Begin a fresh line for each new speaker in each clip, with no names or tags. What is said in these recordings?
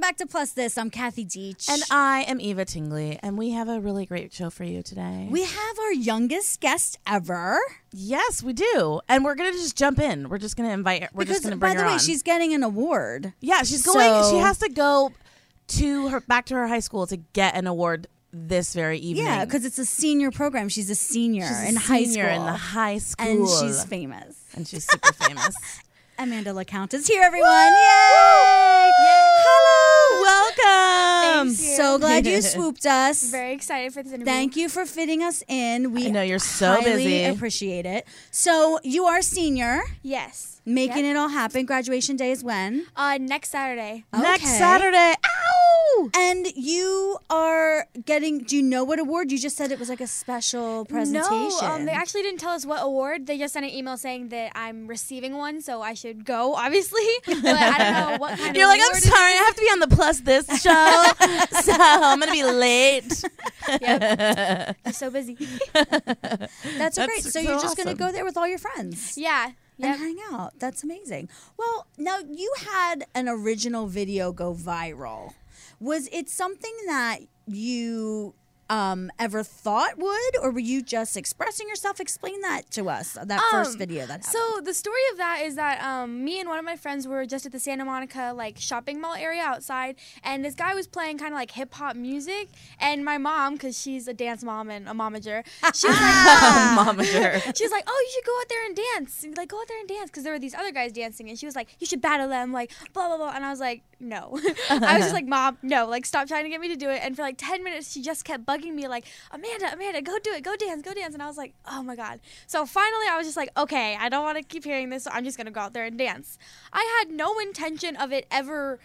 back to Plus This. I'm Kathy Deach.
And I am Eva Tingley, and we have a really great show for you today.
we have our youngest guest ever.
yes, we do, and we're gonna just jump in. We're just gonna invite. We're
because,
just gonna bring
by the
her
way,
on.
she's getting an award.
yeah, she's going.
So-
she has to go to her back to her high school to get an award this very evening.
Yeah, because it's a senior program. She's a senior
she's a
in high school.
senior in the high school,
and she's famous.
and she's super famous.
Amanda LeCount is here, everyone.
Yay! Hello, welcome.
I'm
Thank you.
so glad you swooped us.
Very excited for this interview.
Thank you for fitting us in. We
I know, you're so
highly
busy.
Appreciate it. So you are senior,
Yes.
making it all happen. Graduation day is when?
Uh, next Saturday.
Next
Okay.
Saturday. Ow!
And you are getting. Do you know what award? You just said it was like a special presentation.
No, um, they actually didn't tell us what award. They just sent an email saying that I'm receiving one, so I should go, obviously. But I don't know what kind
You're
of
like, I'm
award it
sorry, I have to be on the plus this show, so I'm gonna be late.
is. I'm so busy.
that's,
That's
great. So,
so
you're just going
awesome.
to go there with all your friends
yeah.
and
Yep.
hang out. That's amazing. Well, now you had an original video go viral. Was it something that you um, ever thought would, or were you just expressing yourself? Explain that to us. That first
Um,
video that happened.
So the story of that is that um, me and one of my friends were just at the Santa Monica like shopping mall area outside, and this guy was playing kind of like hip hop music, and my mom, cause she's a dance mom and a momager, she was like,
Uh, Momager.
She was like, "Oh, you should go out there and dance. And, like, go out there and dance." Because there were these other guys dancing, and she was like, "You should battle them." Like, blah blah blah. And I was like, "No." I was just like, "Mom, no. Like, stop trying to get me to do it." And for like ten minutes, she just kept bugging me, like, "Amanda, Amanda, go do it. Go dance. Go dance." And I was like, "Oh my god." So finally, I was just like, "Okay, I don't want to keep hearing this. So I'm just gonna go out there and dance." I had no intention of it ever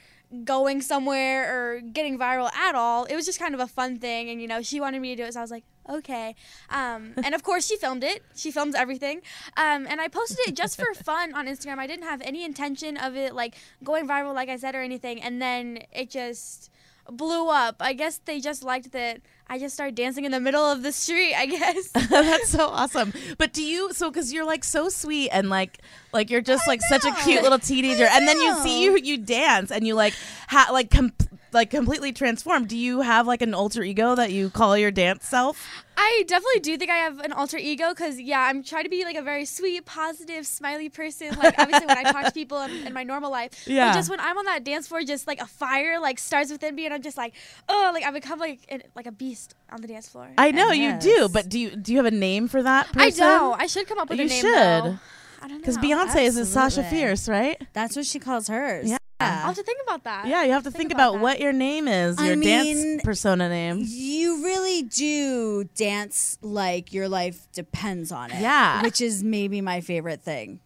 going somewhere or getting viral at all. It was just kind of a fun thing, and you know, she wanted me to do it, so I was like, okay. Um, and of course, she filmed it. She films everything, um, and I posted it just for fun on Instagram. I didn't have any intention of it like going viral, like I said, or anything. And then it just blew up. I guess they just liked that I just started dancing in the middle of the street. I guess.
That's so awesome. But do you so because you're like so sweet and like like you're just like such a cute little teenager, and then you see you you dance and you like ha like com- like completely transform. Do you have like an alter ego that you call your dance self?
I definitely do think I have an alter ego because, yeah, I'm trying to be like a very sweet, positive, smiley person. Like, obviously, when I talk to people in, in my normal life,
Yeah.
but just when I'm on that dance floor, just like a fire like starts within me, and I'm just like, oh, like I become like an, like a beast on the dance floor.
I know you do,
Yes.
but do you do you have a name for that person?
I don't. I should come up with
You
a name.
should.
though. I don't know.
Because Beyonce is a Sasha
Absolutely.
Fierce, right?
That's what she calls hers.
Yeah.
I'll have to think about that.
Yeah, you have to think, about,
about that.
what your name is,
I
your
mean-
dance persona name.
You really do dance like your life depends on it.
Yeah.
Which is maybe my favorite thing.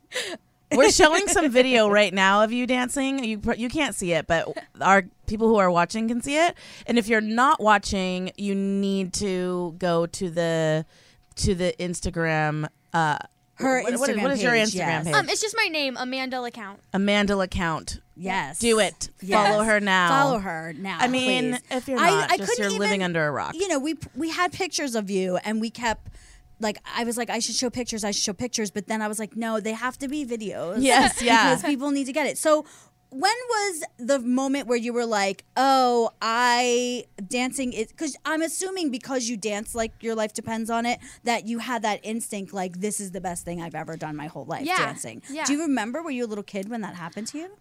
We're showing some video right now of you dancing. You pr- you can't see it, but our people who are watching can see it. And if you're not watching, you need to go to the to the Instagram. Uh,
Her
what-
Instagram
what is- what is your
page,
Instagram
yes.
page?
Um, it's just my name, Amanda LeCount.
Amanda account.
Yes.
Do it. Follow her now.
Follow her now.
I mean,
please.
if you're
I-
not,
I
just
couldn't
you're living
even-
under a rock.
You know, we we had pictures of you and we kept like I was like I should show pictures, I should show pictures, but then I was like no, they have to be videos.
Yes, yeah.
Because people need to get it. So when was the moment where you were like, "Oh, I dancing is cuz I'm assuming because you dance like your life depends on it that you had that instinct like this is the best thing I've ever done my whole life
Yeah,
dancing."
yeah.
Do you remember were you a little kid when that happened to you?
Um,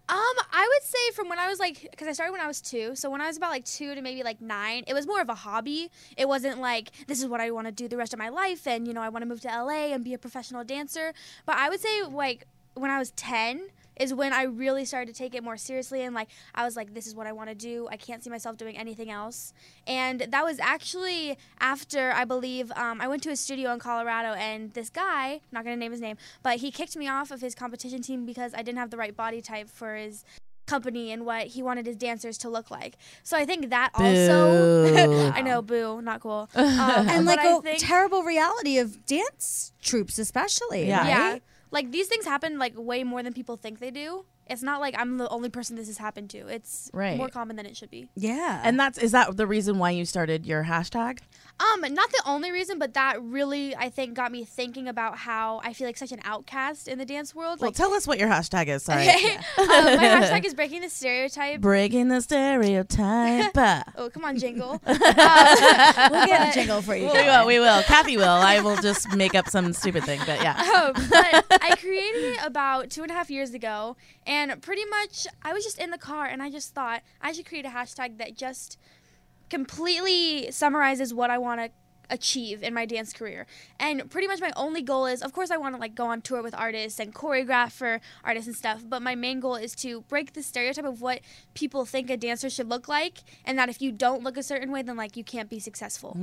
I would say from when I was like, because I started when I was two. So when I was about like two to maybe like nine, it was more of a hobby. It wasn't like this is what I want to do the rest of my life, and you know I want to move to LA and be a professional dancer. But I would say like when I was ten is when I really started to take it more seriously, and like I was like, this is what I want to do. I can't see myself doing anything else. And that was actually after I believe um, I went to a studio in Colorado, and this guy, not gonna name his name, but he kicked me off of his competition team because I didn't have the right body type for his company and what he wanted his dancers to look like. So I think that
Boo.
also, I know, boo, not cool. Um,
and
but
like oh,
I
a
think-
terrible reality of dance troops especially
Yeah.
right?
yeah, like these things happen like way more than people think they do. It's not like I'm the only person this has happened to. It's
Right.
more common than it should be.
Yeah.
And that's is that the reason why you started your hashtag?
Um, not the only reason, but that really I think got me thinking about how I feel like such an outcast in the dance world.
Well,
like,
tell us what your hashtag is. Sorry.
okay, um, my hashtag is breaking the stereotype.
Breaking the stereotype.
oh, come on, jingle. Um,
we'll get
but-
a jingle for you.
we
Caroline.
will. We will. Kathy will. I will just make up some stupid thing. But yeah.
Um, but I created it about two and a half years ago, and pretty much I was just in the car and I just thought I should create a hashtag that just completely summarizes what I want to achieve in my dance career. And pretty much my only goal is, of course, I want to like go on tour with artists and choreograph for artists and stuff. But my main goal is to break the stereotype of what people think a dancer should look like, and that if you don't look a certain way, then like you can't be successful.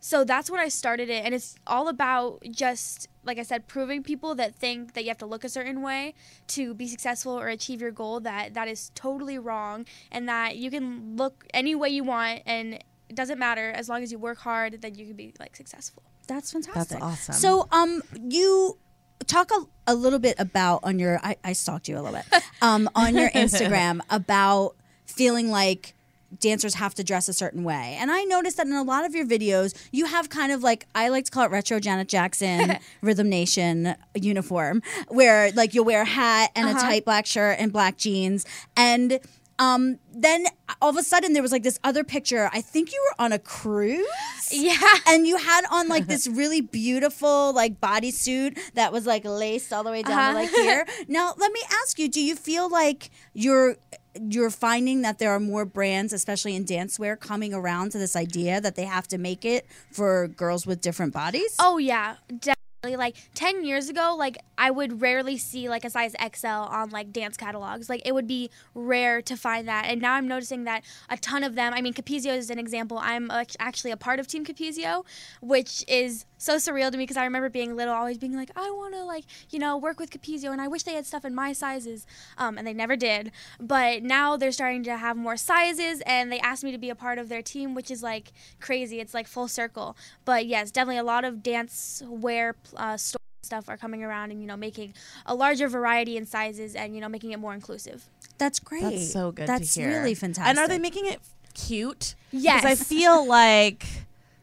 So that's when I started it, and it's all about just like I said, proving people that think that you have to look a certain way to be successful or achieve your goal that that is totally wrong, and that you can look any way you want, and it doesn't matter as long as you work hard, then you can be like successful.
That's fantastic.
awesome.
So, um, you talk a, a little bit about on your I, I stalked you a little bit um, on your Instagram about feeling like dancers have to dress a certain way. And I noticed that in a lot of your videos, you have kind of like I like to call it retro Janet Jackson Rhythm Nation uniform, where like you'll wear a hat and a tight black shirt and black jeans and. Um, then all of a sudden there was like this other picture. I think you were on a cruise
Yeah.
and you had on like this really beautiful like bodysuit that was like laced all the way down to
Uh-huh.
like here. Now, let me ask you: Do you feel like you're you're finding that there are more brands, especially in dancewear, coming around to this idea that they have to make it for girls with different bodies?
Oh yeah, definitely. Like ten years ago, like I would rarely see like a size XL on like dance catalogs. Like it would be rare to find that, and now I'm noticing that a ton of them. I mean, Capizio is an example. I'm act- actually a part of Team Capizio, which is so surreal to me because I remember being little, always being like, I want to like you know work with Capizio, and I wish they had stuff in my sizes, um, and they never did. But now they're starting to have more sizes, and they asked me to be a part of their team, which is like crazy. It's like full circle. But yes, definitely a lot of dance wear uh, store stuff are coming around, and you know making a larger variety in sizes, and you know making it more inclusive.
that's great.
That's so good. to
That's
hear.
really fantastic.
And are they making it cute?
Yes.
Because I feel like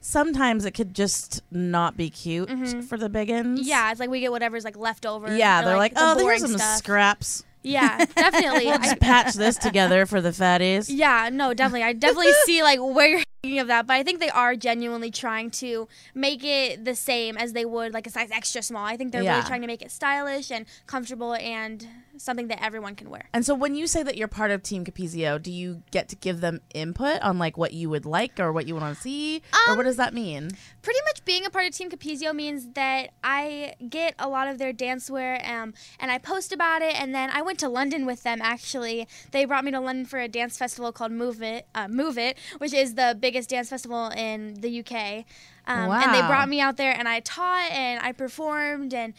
sometimes it could just not be cute for the biggins.
Mm-hmm. Yeah, it's like we get whatever's like left over.
Yeah,
or,
they're like,
the
oh, there's
boring
some
stuff."
scraps.
Yeah, definitely. I-
Just patch this together for the fatties.
Yeah, no, definitely. I definitely see like where you're thinking of that, but I think they are genuinely trying to make it the same as they would like a size extra small. I think they're
Yeah.
really trying to make it stylish and comfortable and something that everyone can wear.
And so when you say that you're part of Team Capizio, do you get to give them input on like what you would like or what you want to see? or
Um,
what does that mean?
pretty much being a part of Team Capizio means that I get a lot of their dancewear um, and I post about it. And then I went to London with them. Actually, they brought me to London for a dance festival called Move It, uh, Move It, which is the biggest dance festival in the UK. Um, And they
Wow.
brought me out there, and I taught and I performed and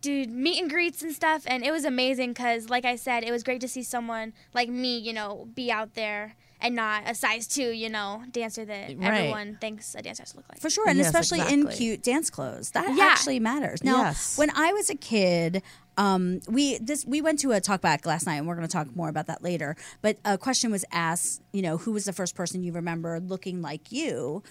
did meet and greets and stuff and it was amazing because like i said it was great to see someone like me you know be out there and not a size two you know dancer that
Right.
everyone thinks a dancer has to look like
For sure, and
Yes,
especially in
exactly.
cute dance clothes, that
Yeah.
actually matters. Now,
Yes.
when I was a kid, um, we this we went to a talk back last night, and we're going to talk more about that later. But a question was asked, you know, who was the first person you remember looking like you?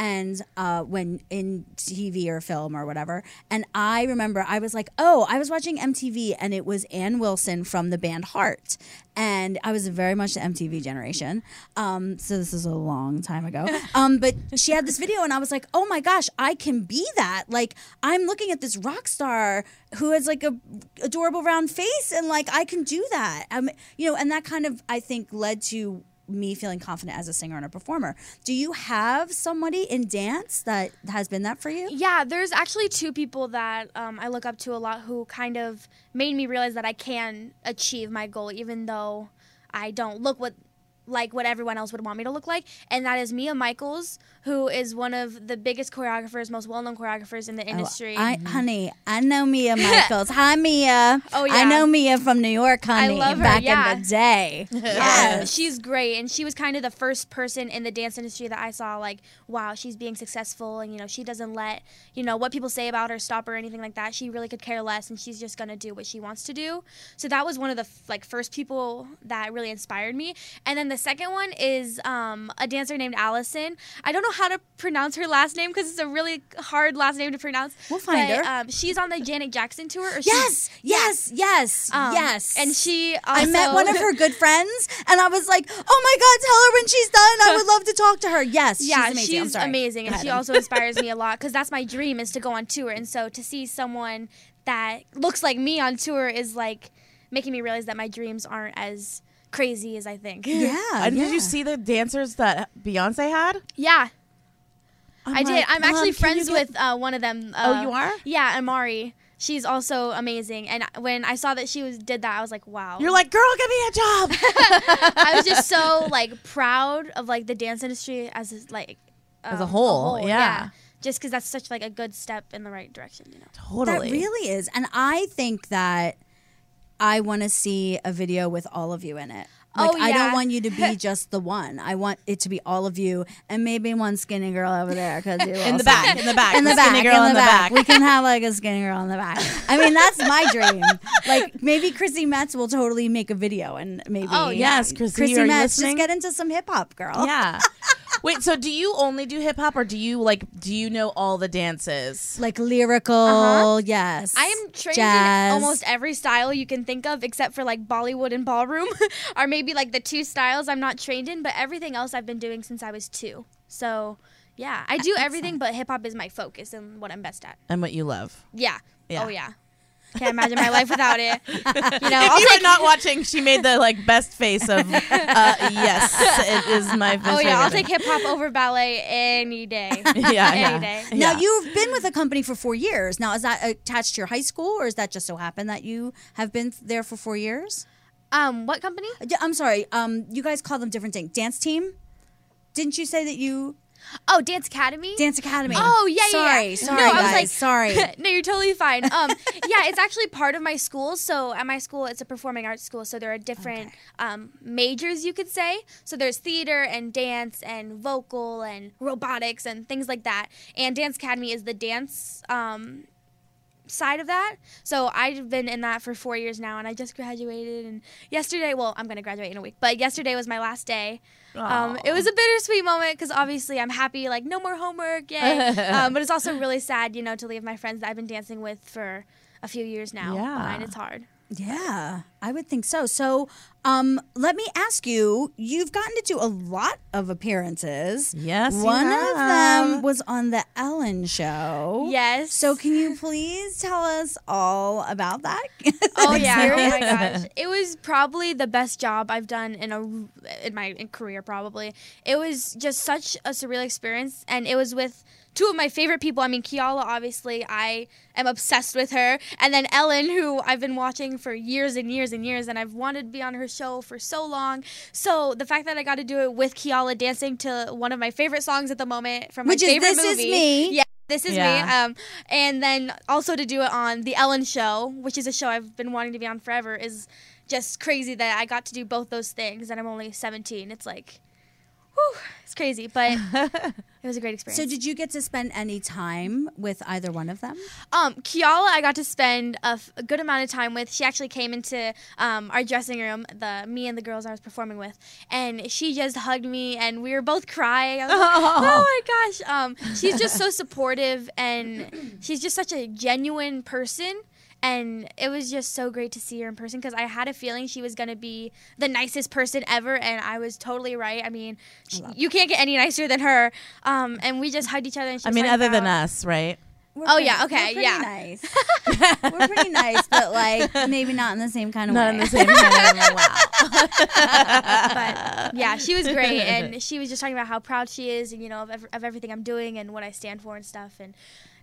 And uh, when in TV or film or whatever, and I remember I was like, oh, I was watching MTV, and it was Ann Wilson from the band Heart, and I was very much the MTV generation. Um, so this is a long time ago. Um, but she had this video, and I was like, oh my gosh, I can be that. Like, I'm looking at this rock star who has like a adorable round face, and like I can do that. Um, you know, and that kind of I think led to me feeling confident as a singer and a performer. Do you have somebody in dance that has been that for you?
Yeah, there's actually two people that um, I look up to a lot who kind of made me realize that I can achieve my goal, even though I don't look what like what everyone else would want me to look like, and that is Mia Michaels, who is one of the biggest choreographers, most well-known choreographers in the industry.
Oh,
Mm-hmm.
I, honey, I know Mia Michaels. Hi, Mia.
Oh,
I
yeah.
know Mia from New York, honey.
love her,
Back
yeah.
in the day.
Yeah, she's great, and she was kind of the first person in the dance industry that I saw like, wow, she's being successful, and you know she doesn't let you know what people say about her stop her or anything like that. She really could care less, and she's just gonna do what she wants to do. So that was one of the f- like first people that really inspired me. And then the second one is um, a dancer named Allison. I don't know how to pronounce her last name because it's a really hard last name to pronounce.
We'll find
but,
her.
Um, she's on the Janet Jackson tour. Or she's-
Yes, yes, yes,
um,
yes.
And she also
I met one of her good friends, and I was like, "Oh my God, tell her when she's done. I would love to talk to her." Yes,
yeah,
she's amazing. I'm sorry.
amazing,
Go
and
ahead.
she also inspires me a lot because that's my dream is to go on tour, and so to see someone that looks like me on tour is like making me realize that my dreams aren't as crazy as I think.
Yeah.
And did
yeah.
you see the dancers that Beyonce had?
yeah,
I'm
I did.
like,
I'm
Mom,
actually
can you
friends
get- Oh,
with uh, one of them. Uh,
you are?
Yeah, Amari. She's also amazing, and when I saw that she was did that, I was like, wow.
You're like, girl, give me a job.
I was just so like proud of like the dance industry as is, like
As a
um,
whole, yeah.
Just because that's such like a good step in the right direction, you know.
totally.
That really is, and I think that I want to see a video with all of you in it. Like,
Oh,
I don't
yeah.
want you to be just the one. I want it to be all of you and maybe one skinny girl over there because you
in the back, in the back,
in the back,
skinny
in the,
girl in the
back.
back.
We can have like a skinny girl in the back. I mean, that's my dream. Like maybe Chrissy Metz will totally make a video and maybe.
Oh, yes, Chrissy, are you
Metz,
listening?
just get into some hip hop, girl.
yeah. Wait, so do you only do hip hop, or do you like do you know all the dances?
Like lyrical, Uh-huh. yes.
I am trained
jazz.
in almost every style you can think of, except for like Bollywood and ballroom, are maybe like the two styles I'm not trained in. But everything else I've been doing since I was two. So, yeah, I do everything, but hip hop is my focus and what I'm best at.
And what you love?
Yeah.
Yeah.
Oh yeah. Can't imagine my life without it. You know,
If
I'll
you
take
were not watching, she made the like best face of uh, yes, it is my. favorite.
Oh yeah, I'll take hip hop over ballet any day.
yeah, yeah.
any day.
Now
Yeah.
you've been with a company for four years. Now is that attached to your high school, or is that just so happened that you have been there for four years?
Um, what company?
Uh, yeah, I'm sorry. Um, you guys call them different things. Dance team. Didn't you say that you
Oh, Dance Academy.
dance academy?
Oh yeah, yeah,
Sorry,
yeah.
sorry,
No, I was
guys.
like-
sorry.
no, you're totally fine. Um, yeah, it's actually part of my school. So at my school, it's a performing arts school. So there are different um, majors, you could say. So there's theater and dance and vocal and robotics and things like that. And Dance Academy is the dance um, side of that. So I've been in that for four years now, and I just graduated. And yesterday, well, I'm gonna graduate in a week, but yesterday was my last day. Um, it was a bittersweet moment because obviously I'm happy, like no more homework, yay. um, but it's also really sad, you know, to leave my friends that I've been dancing with for a few years now.
Yeah.
behind. it's hard.
Yeah, I would think so. So, um, let me ask you. You've gotten to do a lot of appearances.
Yes, you
one of them
have.
was on the Ellen Show.
Yes.
So, can you please tell us all about that?
Oh yeah! Oh my gosh! It was probably the best job I've done in a in my career. Probably it was just such a surreal experience, and it was with two of my favorite people. I mean, Kiala, obviously, I am obsessed with her, and then Ellen, who I've been watching for years and years and years, and I've wanted to be on her show for so long. So the fact that I got to do it with Kiala dancing to one of my favorite songs at the moment from
Which
my
is
favorite
This Is
movie,
Me.
yeah. This is me.
Yeah.
Um, and then also to do it on The Ellen Show, which is a show I've been wanting to be on forever, is just crazy that I got to do both those things and I'm only 17. It's like, whew, it's crazy, but it was a great experience.
So, did you get to spend any time with either one of them?
Um, Kiala, I got to spend a, f- a good amount of time with. She actually came into um, our dressing room, the me and the girls I was performing with, and she just hugged me, and we were both crying. I was like, oh my gosh! Um, she's just so supportive, and she's just such a genuine person. And it was just so great to see her in person because I had a feeling she was gonna be the nicest person ever, and I was totally right. I mean, sh you can't get any nicer than her. Um, and we just hugged each other. And she
I
was
mean,
like,
other than
"Wow."
us, right?
We're
Oh, yeah, okay,
we're pretty
yeah.
Nice. we're pretty nice, but like maybe not in the same kind of
Not
way.
in the same. wow.
but yeah, she was great, and she was just talking about how proud she is, and you know, of, ev- of everything I'm doing and what I stand for and stuff, and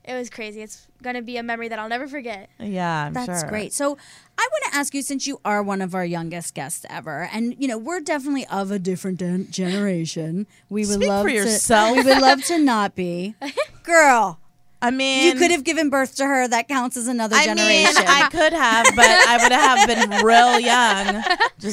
it was crazy. It's gonna be a memory that I'll never forget.
Yeah, I'm
That's
sure.
great. So I want to ask you, since you are one of our youngest guests ever, and you know we're definitely of a different gen- generation. We would
Speak for
love
yourself.
to. We would love to not be, girl.
I mean,
You could have given birth to her. That counts as another
I mean,
generation.
I could have, but I would have been real young. Just
but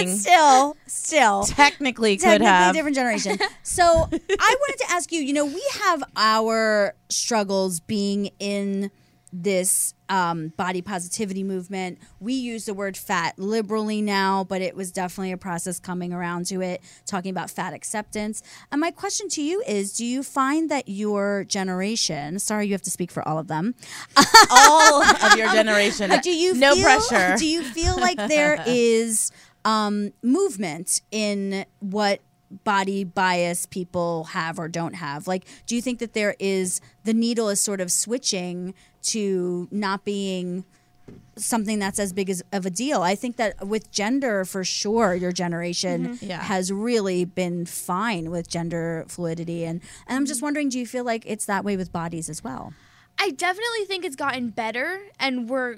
saying.
still, still.
technically, could
technically
have.
different generation. So I wanted to ask you. You know, we have our struggles being in this um, body positivity movement. We use the word fat liberally now, but it was definitely a process coming around to it, talking about fat acceptance. And my question to you is: Do you find that your generation? Sorry, you have to speak for all of them.
All of your generation.
But do you
no
feel,
pressure?
Do you feel like there is um, movement in what body bias people have or don't have? Like, do you think that there is the needle is sort of switching to not being something that's as big as of a deal? I think that with gender, for sure, your generation
Mm-hmm. Yeah.
has really been fine with gender fluidity, and and I'm just wondering, do you feel like it's that way with bodies as well?
I definitely think it's gotten better, and we're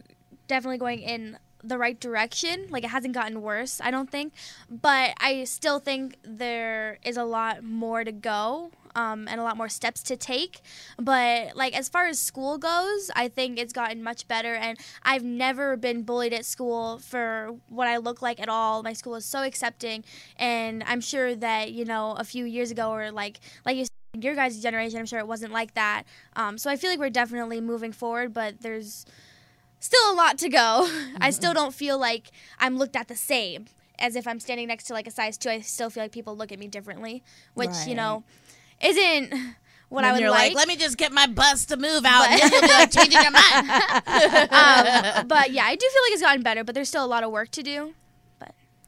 definitely going in the right direction. Like it hasn't gotten worse, I don't think, but I still think there is a lot more to go. Um, and a lot more steps to take but like as far as school goes i think it's gotten much better and i've never been bullied at school for what i look like at all my school is so accepting and i'm sure that you know a few years ago or like like you said, your guys generation i'm sure it wasn't like that um, so i feel like we're definitely moving forward but there's still a lot to go
Mm-hmm.
i still don't feel like i'm looked at the same as if i'm standing next to like a size two i still feel like people look at me differently which you know isn't what i
and
would
you're like,
like
let me just get my bus to move out.
But-
and then you'll be like changing your mind.
um, but yeah, I do feel like it's gotten better, but there's still a lot of work to do.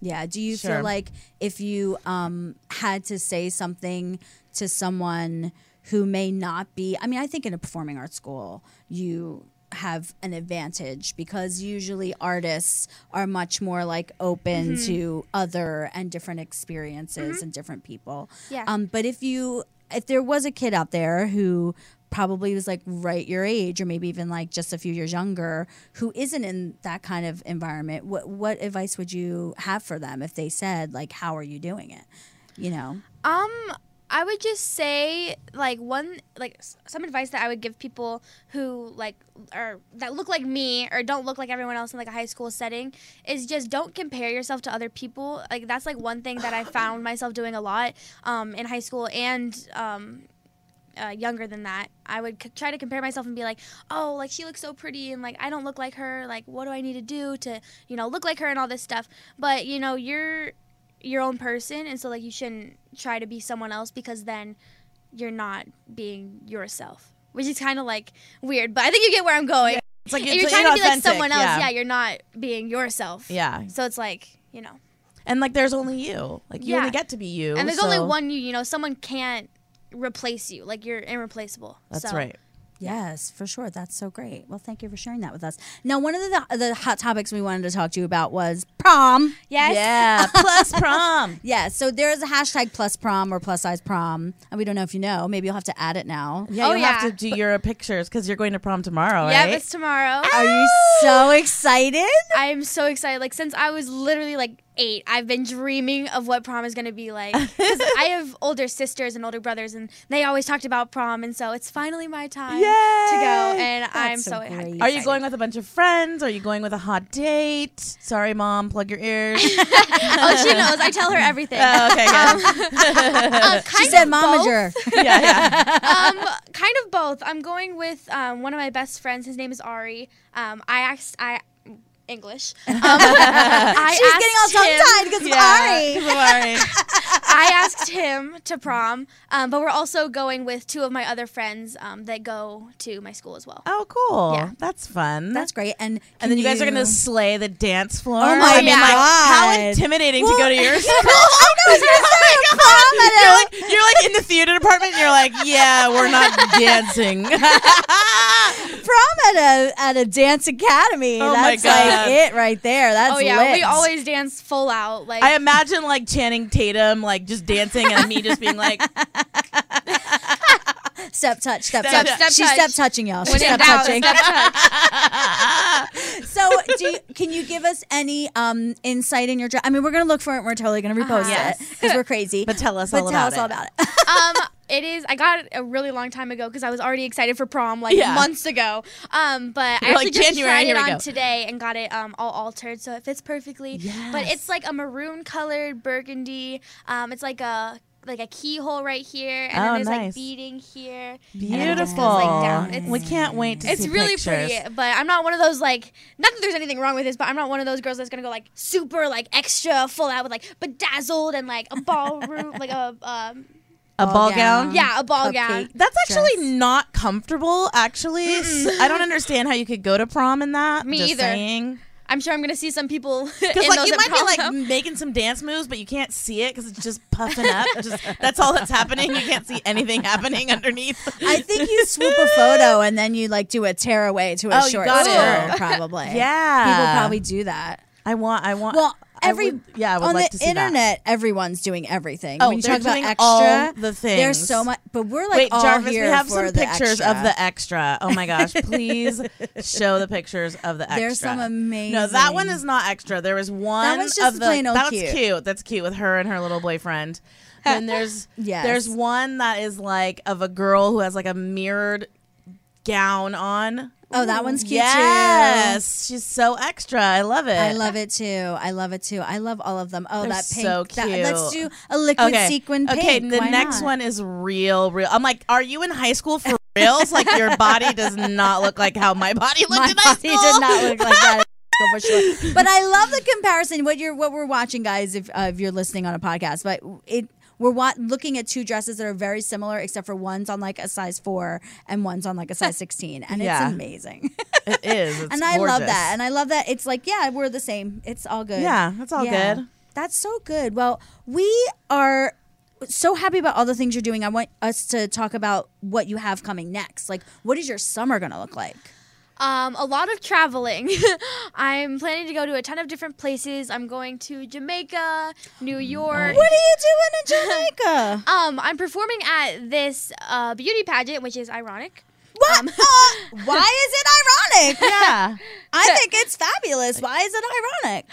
Yeah. Do you
Sure.
feel like if you um, had to say something to someone who may not be, I mean, I think in a performing arts school, you have an advantage because usually artists are much more like open to other and different experiences and different people.
Yeah.
Um, but if you, if there was a kid out there who probably was like right your age or maybe even like just a few years younger who isn't in that kind of environment, what what advice would you have for them if they said like, "How are you doing it?" You know.
Um, I would just say like one like s- some advice that I would give people who like or that look like me or don't look like everyone else in like a high school setting is just don't compare yourself to other people. Like that's like one thing that I found myself doing a lot um, in high school and um, uh, younger than that, I would c- try to compare myself and be like, oh, like she looks so pretty and like I don't look like her. Like, what do I need to do to, you know, look like her and all this stuff? But, you know, you're your own person. And so, like, you shouldn't try to be someone else because then you're not being yourself, which is kind of like weird. But I think you get where I'm going.
It's like
If you're
it's
trying to be like
inauthentic,
someone else. Yeah.
Yeah.
you're not being yourself.
Yeah.
So it's like, you know,
And like, there's only you. Like, you
Yeah.
only get to be you.
and there's
so-
only one you, you know, someone can't replace you. Like, you're irreplaceable.
That's
so.
right.
Yes, for sure. That's so great. Well, thank you for sharing that with us. Now, one of the the hot topics we wanted to talk to you about was prom.
Yes.
Yeah. Plus prom.
Yeah, so there is a hashtag plus prom or plus size prom, and we don't know if you know. Maybe you'll have to add it now.
Yeah,
Oh,
you have
yeah.
to do your pictures because you're going to prom tomorrow,
Yep,
right?
it's tomorrow.
Are you so excited?
I'm so excited. Like since I was literally like eight, I've been dreaming of what prom is gonna be like. 'Cause I have older sisters and older brothers, and they always talked about prom, and so it's finally my time to go.
Yay!
And I'm so,
so
ha-
great.
excited.
Are you going with a bunch of friends? Are you going with a hot date? Sorry, mom, plug your ears.
oh, she knows. I tell her everything.
Oh, okay, good.
Uh,
She
kind
said,
of both.
"Momager."
yeah, yeah.
um, kind of both. I'm going with um, one of my best friends. His name is Ari. Um, I asked. I English. Um, I
She's getting all
asked him-
tongue tied because
yeah.
of Ari.
Sorry.
I asked him to prom, um, but we're also going with two of my other friends um, that go to my school as well.
Oh, cool.
Yeah.
That's fun.
That's great. And
and then you guys are gonna slay the dance floor.
Oh my
I mean, like,
God.
how intimidating
Well-
to go to yours.
I
Oh
know, I was gonna say a prom at
You're
a-
like, you're like in the theater department. And you're like, yeah, we're not dancing.
prom at a at a dance academy.
Oh my
That's
God.
like it right there. That's
oh yeah, we
lit.
always dance full out. Like
I imagine like Channing Tatum like just dancing and me just being like,
step touch, step,
Step
touch.
touch.
She's step touching y'all. She's
when Um, in
step
doubt,
touching.
step touch.
So, do you, can you give us any um, insight in your dress? I mean, we're gonna look for it. and We're totally gonna repost
Uh-huh.
it because we're crazy.
but tell us
But
all
tell
about
us
it.
all about it.
um, it is. I got it a really long time ago because I was already excited for prom like
Yeah.
months ago. Um, but I
You're
actually
like,
just
"January,
tried
here
it
we
on
go."
today and got it um, all altered so it fits perfectly. But
Yes.
it's like a maroon colored burgundy. Um, it's like a like a keyhole right here, and
Oh,
then there's
nice.
like beading here.
then it just
Beautiful.
goes,
like, down. It's-
we can't wait to
It's
see
really
pictures.
pretty, but I'm not one of those like. Not that there's anything wrong with this, but I'm not one of those girls that's gonna go like super like extra full out with like bedazzled and like a ballroom like a um
A
Ball
ball
gown.
gown.
yeah a ball
Cupcake.
gown.
That's actually
Dress.
not comfortable. Actually, So I don't understand how you could go to prom in that.
Me
just
either. I'm sure I'm gonna see some people in
Because like
those
you
at
might
prom,
be
though.
like making some dance moves, but you can't see it because it's just puffing up. just that's all that's happening. You can't see anything happening underneath.
I think you swoop a photo and then you like do a tearaway to a
Oh, you
short
got it.
skirt, probably.
Yeah.
people probably do that.
I want. I want.
Well,
I
every
would- yeah, I would
on
like
the
to see that.
internet, everyone's doing everything.
Oh,
when you
they're
talk about
doing
extra,
all the
There's
things.
so much, but we're like
Wait,
all
Jarvis, we
here
have
for
some
the
pictures
extra.
of the extra. Oh my gosh, please show the pictures of the extra.
There's some amazing.
No, that one is not extra. There was one
one's just
of the
plain old
that
cute.
was cute. That's cute with her and her little boyfriend. Then there's
Yes.
there's one that is like of a girl who has like a mirrored gown on.
Oh, that one's cute too.
yes, she's so extra. I love it.
I love it too. I love it too. I love all of them. Oh,
They're
that pink.
so
that- let's do
cute.
a liquid sequin pink.
Okay, the
Why
next
not?
one is real, real. I'm like, are you in high school for reals? like your body does not look like how my body looked
My
in high
body
school.
did not look like that. in high school For sure. But I love the comparison. What you're, what we're watching, guys, if uh, if you're listening on a podcast, but it we're wa- looking at two dresses that are very similar, except for one's on like a size four and one's on like a size sixteen, and
Yeah.
it's amazing.
It is. It's
and I love
gorgeous.
that. And I love that it's like, yeah, we're the same. It's all good.
Yeah, that's all
Yeah.
good.
That's so good. Well, we are so happy about all the things you're doing. I want us to talk about what you have coming next. Like, what is your summer going to look like?
Um, a lot of traveling. I'm planning to go to a ton of different places. I'm going to Jamaica, New York.
What are you doing in Jamaica?
Um, I'm performing at this uh, beauty pageant, which is ironic.
What? Uh, why is it ironic?
Yeah.
I think it's fabulous. Why is it ironic?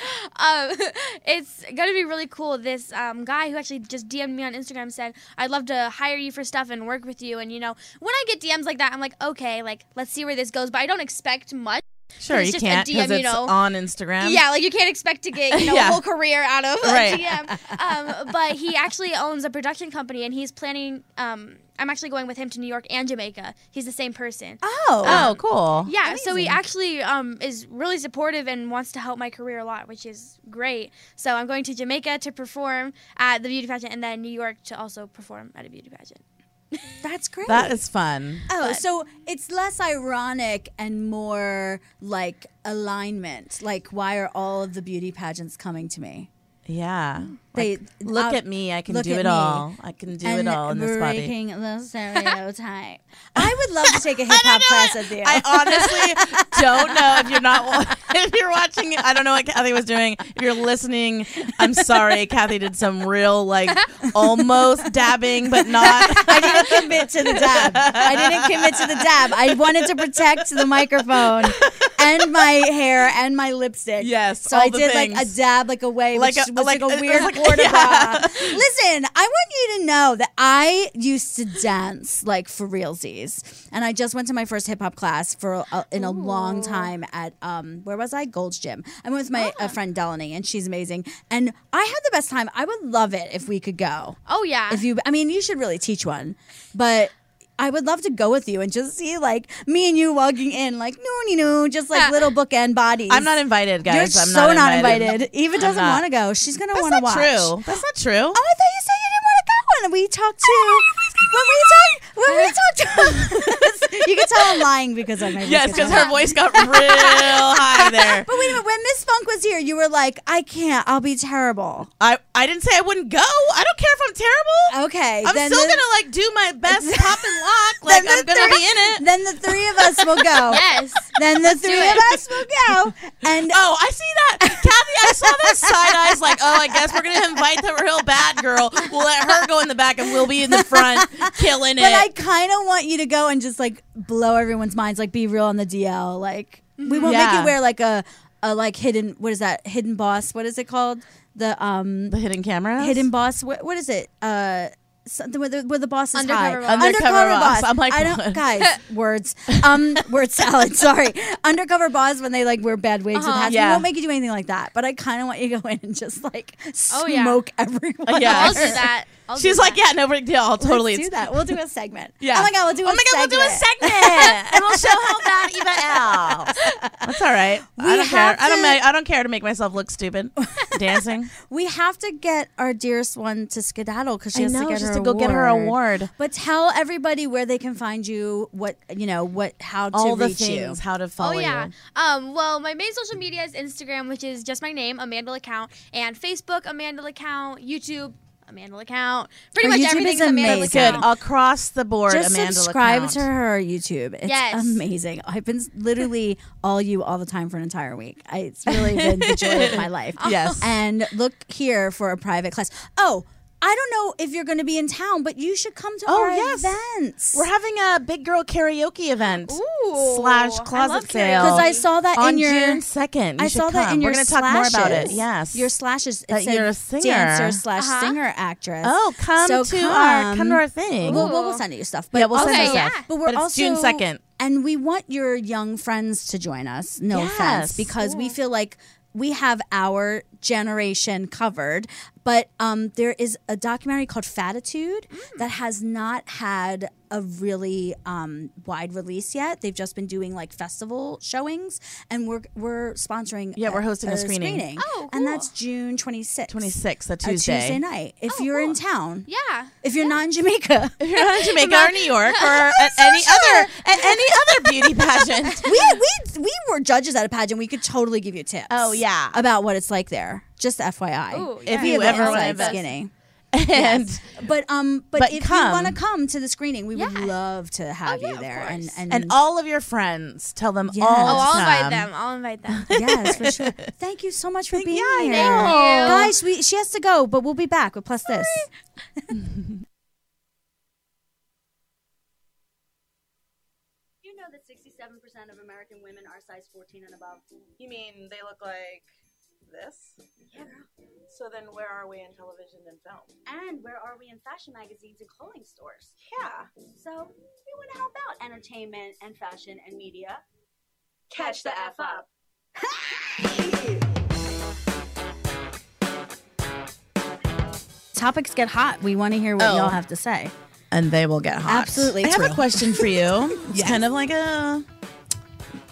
Um, it's gonna be really cool. This um, guy who actually just DM'd me on Instagram said, "I'd love to hire you for stuff and work with you." And you know, when I get DMs like that, I'm like, okay, like let's see where this goes. But I don't expect much.
Sure,
It's
you
just a
can't because
DM, you
it's
know.
on Instagram.
Yeah, like you can't expect to get you know
Um, Yeah.
a whole career out of a
Right.
GM. Um, but he actually owns a production company, and he's planning. Um, I'm actually going with him to New York and Jamaica. He's the same person.
Oh.
Oh, cool.
Yeah, so he
amazing.
actually um, is really supportive and wants to help my career a lot, which is great. So I'm going to Jamaica to perform at the beauty pageant, and then New York to also perform at a beauty pageant.
That's great.
That is fun.
Oh,
But-
so it's less ironic and more like alignment. Like, why are all of the beauty pageants coming to me?
Yeah.
They-
Like, look
uh,
at me. I can
look
do
at
it
me.
all. I can do it all in this body.
breaking the stereotype. I would love to take a hip hop class with you.
I honestly don't know if you're not wa- if you're watching. I don't know what Kathy was doing. If you're listening, I'm sorry. Kathy did some real like almost dabbing, but not.
I didn't commit to the dab. I didn't commit to the dab. I wanted to protect the microphone and my hair and my lipstick.
Yes,
So
all
I
the
did like a
things.
dab, like a way,
Like
like which
a-
was like,
like-
a
it was
weird
like-
quarter
yeah.
bra. Listen, I want you to know that I used to dance like for realsies, and I just went to my first hip hop class for a, in a long time at um where was I Gold's Gym. I went with my
Ah.
uh, friend Delaney, and she's amazing, and I had the best time. I would love it if we could go
Oh
Ah.
yeah,
if you i mean you should really teach one but i would love to go with you and just see like me and you walking in like no no no just like little bookend bodies
I'm not invited, guys.
you're
I'm
so
not invited.
eva doesn't
not.
want to go she's gonna
That's
want to
not
watch
true. That's not true.
Oh, I thought you said you didn't
Oh
want to go. And we talked to when we talked when we talked to you can tell not lying because of my
Yes,
voice.
because her voice got real high there.
But wait a minute, when Miss Funk was here, you were like, I can't, I'll be terrible.
I, I didn't say I wouldn't go. I don't care if I'm terrible.
Okay.
I'm
then
still
the-
gonna like do my best pop and lock. Like
then the
I'm gonna
three-
be in it.
Then the three of us will go.
yes.
Then the three
it.
of us will go. And
Oh, I see that. Kathy, I saw that side eyes like, oh, I guess we're gonna invite the real bad girl. We'll let her go in the back and we'll be in the front killing it.
but I kind of want you to go and just like blow everyone's minds, like be real on the DL. Like we won't make
Mm-hmm. Yeah.
you wear like a a like hidden what is that hidden boss? What is it called? The um
the hidden camera.
hidden boss. What, what is it? Uh. Something where the, where the boss is
Undercover
high.
boss.
Undercover boss. I'm like,
I don't,
what?
guys, words. Um, word salad. Sorry, undercover boss when they like wear bad wigs with
Uh-huh.
hats.
Yeah.
We won't make you do anything like that. But I kind of want you to go in and just like
Oh,
smoke
yeah.
everyone.
Yeah.
I'll
else.
do that. I'll do
She's like,
that.
yeah, no big deal. I'll totally.
Let's do that. We'll do a segment.
Yeah.
Oh my god, we'll do.
Oh
a
my god,
segment.
we'll do a segment, and we'll show how bad Eva is. That's all right. I
We
don't care.
have
I don't.
to-
Ma- I don't care to make myself look stupid. Dancing.
We have to get our dearest one to skedaddle because she has to get her
to go get her award.
But tell everybody where they can find you. What you know? What how to
All the
reach
things.
you.
How to
Oh
follow
yeah.
you.
Um, well, my main social media is Instagram, which is just my name, Amanda account, and Facebook, Amanda account, YouTube, Amanda account. Pretty
Her
much
YouTube
everything's
is
Amanda
amazing.
Good
account.
across the board.
Just
Amanda
subscribe
LeCount.
to her YouTube. It's
Yes.
amazing. I've been s- literally all you all the time for an entire week. I, it's really been the joy of my life.
Yes.
And look here for a private class. Oh, I don't know if you're going to be in town, but you should come to
Oh,
our
yes.
events.
We're having a big girl karaoke event
Ooh,
slash
I love
closet
karaoke.
sale.
'Cause I saw that
on
in your
June second.
I saw that in your
We're gonna talk more about it.
slashes.
Yes,
your slashes. It
That
said
you're a singer.
dancer slash
Uh-huh.
singer actress.
Oh, come
So
to our come to our
come.
thing.
We'll, we'll,
Ooh.
we'll send you stuff. But
yeah, we'll send
Okay,
you
yeah.
stuff.
But we're
but it's
also
June second.
and we want your young friends to join us. No
Yes.
offense, because we feel like we have our generation covered. But um, there is a documentary called Fatitude
Mm.
that has not had a really um, wide release yet. They've just been doing like festival showings, and we're we're sponsoring.
Yeah, we're hosting a screening.
Oh,
and
cool.
that's June twenty sixth.
Twenty sixth, a
A
Tuesday. Oh,
Tuesday night. If you're in town,
Yeah.
if you're not in Jamaica,
If you're not in Jamaica or New York or at any other at any other beauty pageant.
we we we were judges at a pageant. We could totally give you tips.
Oh, yeah.
about what it's like there. Just FYI,
Ooh,
If
yeah.
we
you
have an
ever wanna
inside
invest.
skinny.
And
But um, but,
But
if
come.
you want to come to the screening, we would
Yeah. Oh,
love to have
yeah,
you
of
there. And
course.
and,
and all of your friends tell them
Yeah.
all.
Oh,
to
I'll invite
come.
them. I'll invite them.
yes, for sure. Thank you so much for being
Yeah, I
here,
know.
guys. We she has to go, but we'll be back with plus this.
you know that 67% of American women are size 14 and above?
You mean they look like this?
Yeah.
So then where are we in television and film?
And where are we in fashion magazines and clothing stores?
Yeah.
So, we want to help out entertainment and fashion and media.
Catch the F up.
Topics get hot. We want to hear what
Oh.
y'all have to say.
and they will get hot.
Absolutely
I have
true.
a question for you. It's kind of like a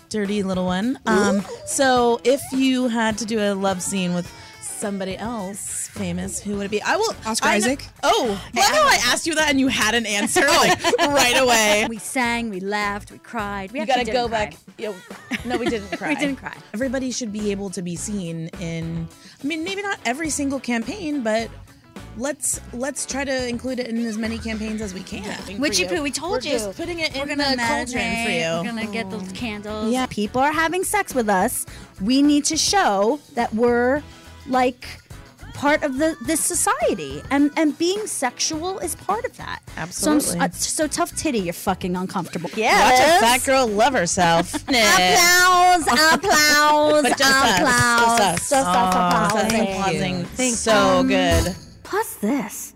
dirty little one. Um, so, if you had to do a love scene with somebody else famous, who would it be? I will.
Oscar
I kn-
Isaac?
Oh, love how I Oh. asked you that and you had an answer like right away.
We sang, we laughed, we cried. We
You
actually didn't
gotta go
cry.
back. Yo, no, we didn't cry.
We didn't cry.
Everybody should be able to be seen in. I mean, maybe not every single campaign, but let's let's try to include it in as many campaigns as we can.
Which
For
you- we told
We're
you.
Just putting it in
We're
the
gonna
cauldron for
marinate,
you.
We're gonna get the candles.
Yeah.
People are having sex with us. We need to show that we're like part of the this society, and and being sexual is part of that. So,
Absolutely.
I'm, s- uh, so tough titty, you're fucking uncomfortable.
Watch a
Yeah.
fat girl love herself.
Applause, applause,
But just us.
applause.
Just us.
Just us
Applause.
applauding.
Applauding. So good.
Plus this.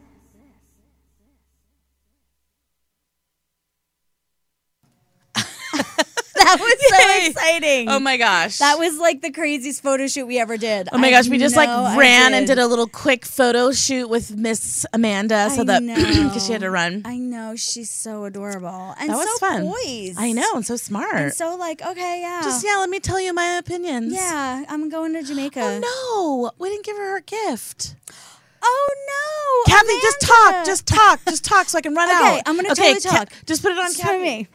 that was so
Yay.
exciting.
Oh my gosh.
that was like the craziest photo shoot we ever did.
Oh my gosh, we just like ran and did a little quick photo shoot with Miss Amanda so
I
that
know.
because she had to run.
I know she's so adorable and
that was
so
fun.
poised.
I know, and so smart.
And so like, okay, yeah,
Just yeah, let me tell you my opinions.
yeah. I'm going to Jamaica.
Oh no, we didn't give her her gift.
Oh no,
Kathy, just talk,
Amanda.
just talk, just talk, so I can run
Okay,
out.
I'm gonna
okay,
totally
Ca-
talk.
just put it on
Just for
Kathy.
me.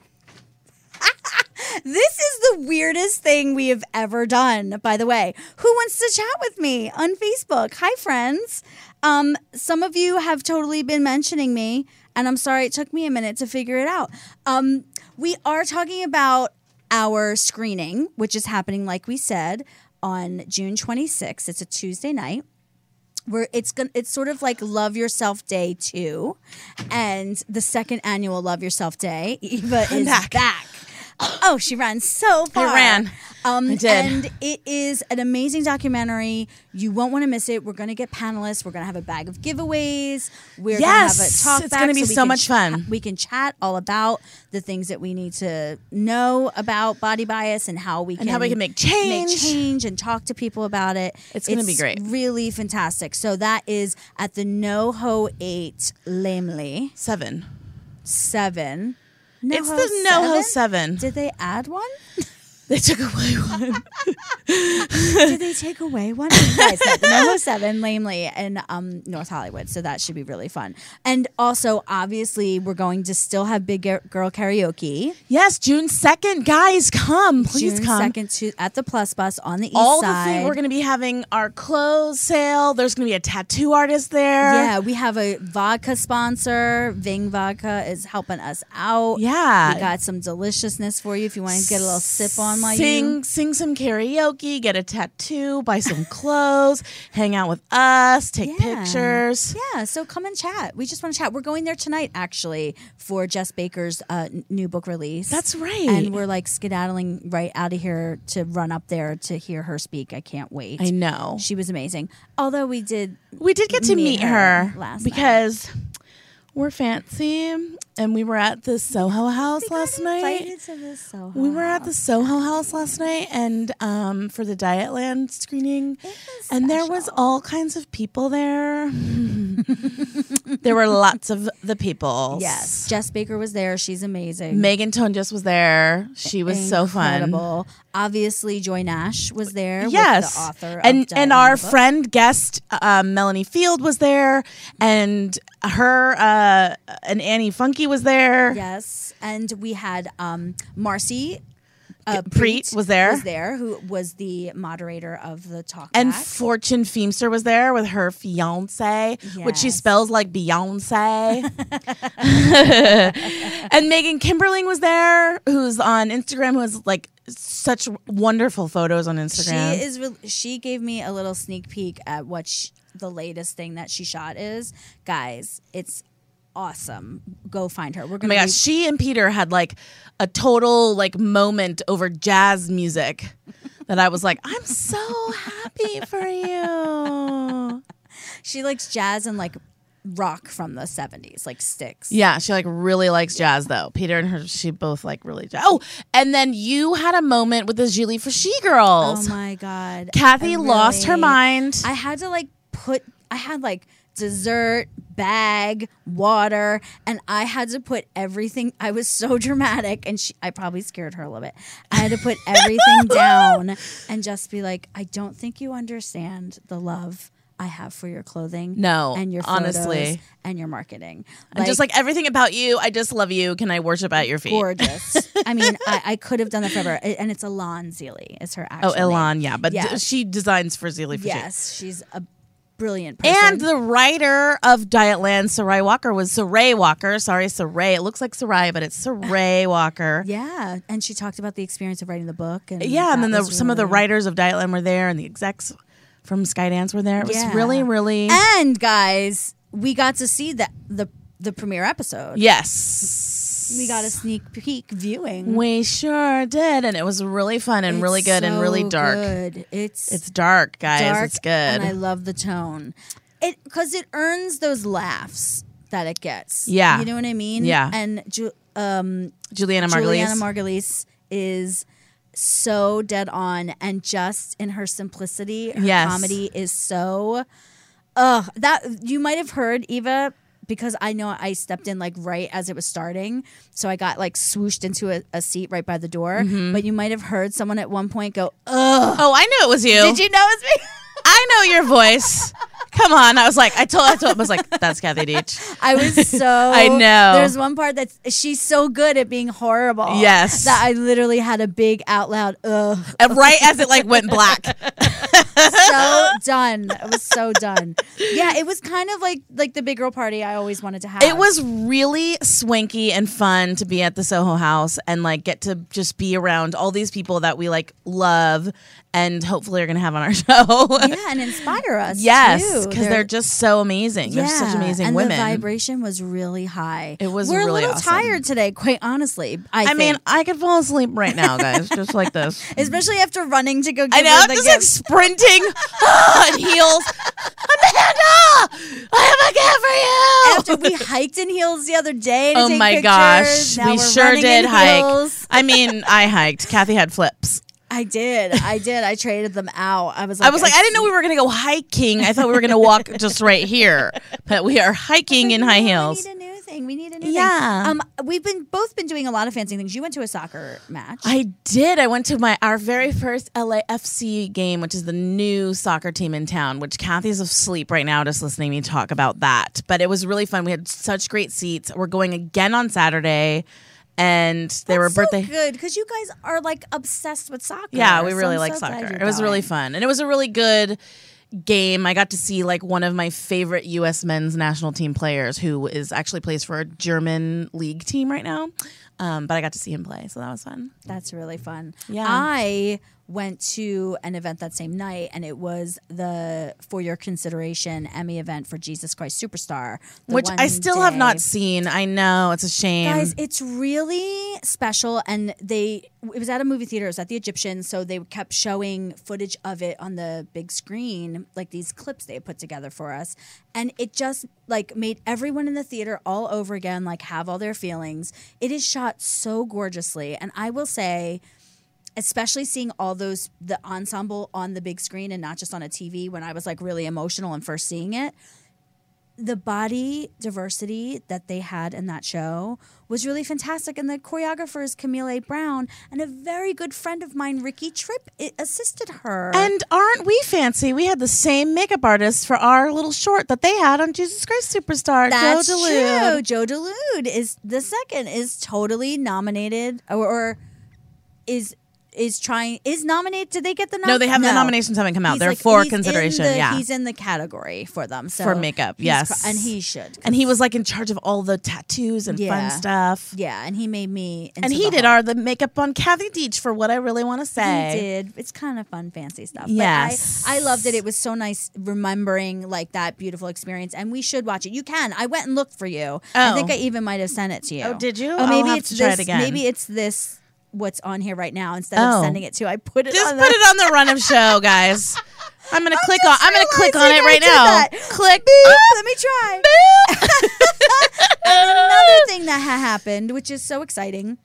This is the weirdest thing we have ever done, by the way. Who wants to chat with me on Facebook? Hi, friends. Um, some of you have totally been mentioning me, and I'm sorry it took me a minute to figure it out. Um, we are talking about our screening, which is happening, like we said, on June 26th. It's a Tuesday night where it's gonna it's sort of like love yourself day two and the second annual love yourself day eva is back. oh she ran so far
ran.
um
I did.
and it is an amazing documentary you won't want to miss it we're gonna get panelists we're gonna have a bag of giveaways we're
Yes,
gonna have a talk
it's
back
gonna be
we
so
can
much fun.
we can chat all about the things that we need to know about body bias and how we
And
can
how we can make
make
change.
change and talk to people about it.
It's gonna be great.
Really fantastic. So that is at the NoHo Eight Lamely
Seven.
Seven.
it's the NoHo Seven.
Did they add one?
They took away one.
Did they take away one? Guys, no, the NoHo Seven Lamely in um, North Hollywood. So that should be really fun. And also, obviously, we're going to still have Big Gir- Girl Karaoke.
yes, June second, guys, come, please
June
come.
second to at the Plus Bus on the east
All the
side.
thing we're going to be having our clothes sale. There's going to be a tattoo artist there.
Yeah, we have a vodka sponsor. Ving Vodka is helping us out.
Yeah.
We got some deliciousness for you if you want to get a little sip on while
sing,
you
sing some karaoke, get a tattoo, buy some clothes, hang out with us, take
Yeah.
pictures.
yeah, so come and chat. We just want to chat. We're going there tonight, actually, for Jess Baker's uh, n- new book release.
That's right.
And we're like skedaddling right out of here to run up there to hear her speak. I can't wait.
I know.
She was amazing. Although we did,
We did get to
meet
meet,
her
her,
last
because we're fancy and we were at the Soho House last night.
invited to the Soho.
We were at the
House.
Soho House last night, and um, for the Dietland screening, and there was all kinds of people there. there were lots of the people.
Yes, Jess Baker was there. She's amazing.
Megan Tone just was there. She was so fun.
Incredible. Obviously, Joy Nash was there.
Yes,
with the author
and
of
and our
Diana Book.
friend guest uh, Melanie Field was there, and her uh, and Annie Funky was there.
Yes, and we had um, Marcy. Uh,
Preet was there.
Was there who was the moderator of the talk?
And
back.
Fortune Feemster was there with her fiance, which she
Yes.
spells like Beyonce. and Megan Kimberling was there, who's on Instagram, who has like such wonderful photos on
she
Instagram. Oh
is. Re- she gave me a little sneak peek at what sh the latest thing that she shot is. Guys, it's awesome. Go find her. We're
oh
gonna.
my
be-
gosh, she and Peter had like a total like moment over jazz music that I was like, I'm so happy for you.
She likes jazz and like rock from the seventies, like sticks.
Yeah, she like really likes jazz though. Peter and her, she both like really jazz. Oh, and then you had a moment with the Julie for She
Oh
Girls.
my god.
Kathy
I
lost her
really-
mind.
I had to like put I had like dessert, bag, water, and I had to put everything I was so dramatic and she I probably scared her a little bit. I had to put everything down and just be like, I don't think you understand the love I have for your clothing.
No,
And your photos
honestly.
and your marketing.
and just like everything about you, I just love you. Can I worship at your feet?
gorgeous. I mean, I, I could have done that forever. And it's Elan Zili is her actual
oh,
name.
Elan, yeah, but d-
Yeah.
she designs for Julie for She.
Yes, she's a brilliant person.
And the writer of Dietland, Sarai Walker, was Sarai Walker. Sorry, Sarai. It looks like Sarai, but it's Sarai Walker.
yeah, and she talked about the experience of writing the book, and
Yeah, and
that
then the,
was
some of the
really-
writers of Dietland were there, and the execs from Skydance were there. It was
Yeah.
really, really.
And guys, we got to see the the the premiere episode.
yes.
We got a sneak peek viewing.
We sure did, and it was really fun and Mm, really
It's
good and really
so
dark.
good. It's
It's dark, guys.
dark.
it's good.
and I love the tone. It because it earns those laughs that it gets.
Yeah.
you know what I mean.
Yeah.
and Ju- um,
Juliana Margulies.
Juliana Margulies is so dead on and just in her simplicity. Her
Yes.
comedy is so. Ugh, that you might have heard Eva because I know I stepped in like right as it was starting, so I got like swooshed into a, a seat right by the door.
Mm-hmm.
But you might have heard someone at one point go, "Ugh."
oh, I knew it was you.
Did you know it's me?
I know your voice. Come on. I was like, I told, I told, I was like, that's Kathy Deach.
I was so.
I know.
There's one part that's she's so good at being horrible.
Yes.
That I literally had a big out loud ugh.
And right as it like went black.
So done. I was so done. Yeah, it was kind of like like the big girl party I always wanted to have.
It was really swanky and fun to be at the Soho House and like get to just be around all these people that we like love and hopefully are going to have on our show.
yeah, and inspire us.
yes,
too.
because they're just so amazing. They're such amazing
and
women.
The vibration was really high.
It was
We're a
really
little
awesome.
tired today, quite honestly. I,
I mean,
think.
I could fall asleep right now, guys, just like this.
especially after running to go. Give
I know.
her
I'm
the
just like
gift.
sprinting on heels. Amanda, I have a gift for
after
you.
we hiked in heels the other day. To
oh
take
my
pictures.
gosh,
Now
we
we're
sure
running
did
in
hike.
heels.
I mean, I hiked. Kathy had flips.
I did. I did. I traded them out. I was like,
I was like, I didn't know we were gonna go hiking. I thought we were gonna walk just right here, but we are hiking in high
"No,
heels.
We need a new thing. We need a new
Yeah.
thing. Um, we've been both been doing a lot of fancy things. You went to a soccer match.
I did. I went to my our very first LAFC game, which is the new soccer team in town. Which Kathy's asleep right now, just listening to me talk about that. But it was really fun. We had such great seats. We're going again on Saturday, and they were
That's so
birthday.
good because you guys are like obsessed with soccer.
Yeah, we
So
really
I'm
like
so glad
soccer.
you're
It was really
going.
fun. And it was a really good game. I got to see like one of my favorite US men's national team players who is actually plays for a German league team right now. Um, but I got to see him play, so that was fun.
That's really fun.
Yeah.
I went to an event that same night and it was the for your consideration Emmy event for Jesus Christ Superstar. the
Which I
one
still have
day.
not seen. I know, it's a shame.
Guys, it's really special, and they it was at a movie theater. It was at the Egyptian, so they kept showing footage of it on the big screen, like these clips they had put together for us, and it just like made everyone in the theater all over again, like have all their feelings. It is shot so gorgeously, and I will say. Especially seeing all those the ensemble on the big screen and not just on a TV when I was like really emotional and first seeing it the body diversity that they had in that show was really fantastic. And the choreographer is Camille A. Brown, and a very good friend of mine, Ricky Tripp, i- assisted her.
and aren't we fancy? We had the same makeup artist for our little short that they had on Jesus Christ Superstar,
that's
Joe Duluth.
true. Joe Delude is the second is totally nominated or, or is is trying is nominated. Did they get the nom-
No, they have the nominations haven't come out.
He's
They're
like-
for
he's in
consideration.
the-
yeah,
he's in the category for them so
For makeup,
he's
yes.
cr- and he should.
and he was like in charge of all the tattoos and
Yeah.
fun stuff.
yeah, and he made me.
And
into
he
the
did
Hulk.
our the makeup on Kathy Deach for what I really want to say.
He did. It's kind of fun, fancy stuff.
Yes.
But I, I loved it. It was so nice remembering like that beautiful experience. And we should watch it. You can. I went and looked for you. I
Oh.
think I even might have sent it to you.
Oh, did you?
Oh, maybe
I'll have
it's
to
this,
try it again.
Maybe it's this what's on here right now instead
Oh.
of sending it to. you, I put it
Just
on
put
the-
it on the run of show, guys. I'm gonna click on.
Just
I'm gonna click on it
realizing I
right
did
now.
that.
Click.
Boop, Let me try. Another thing that ha- happened, which is so exciting.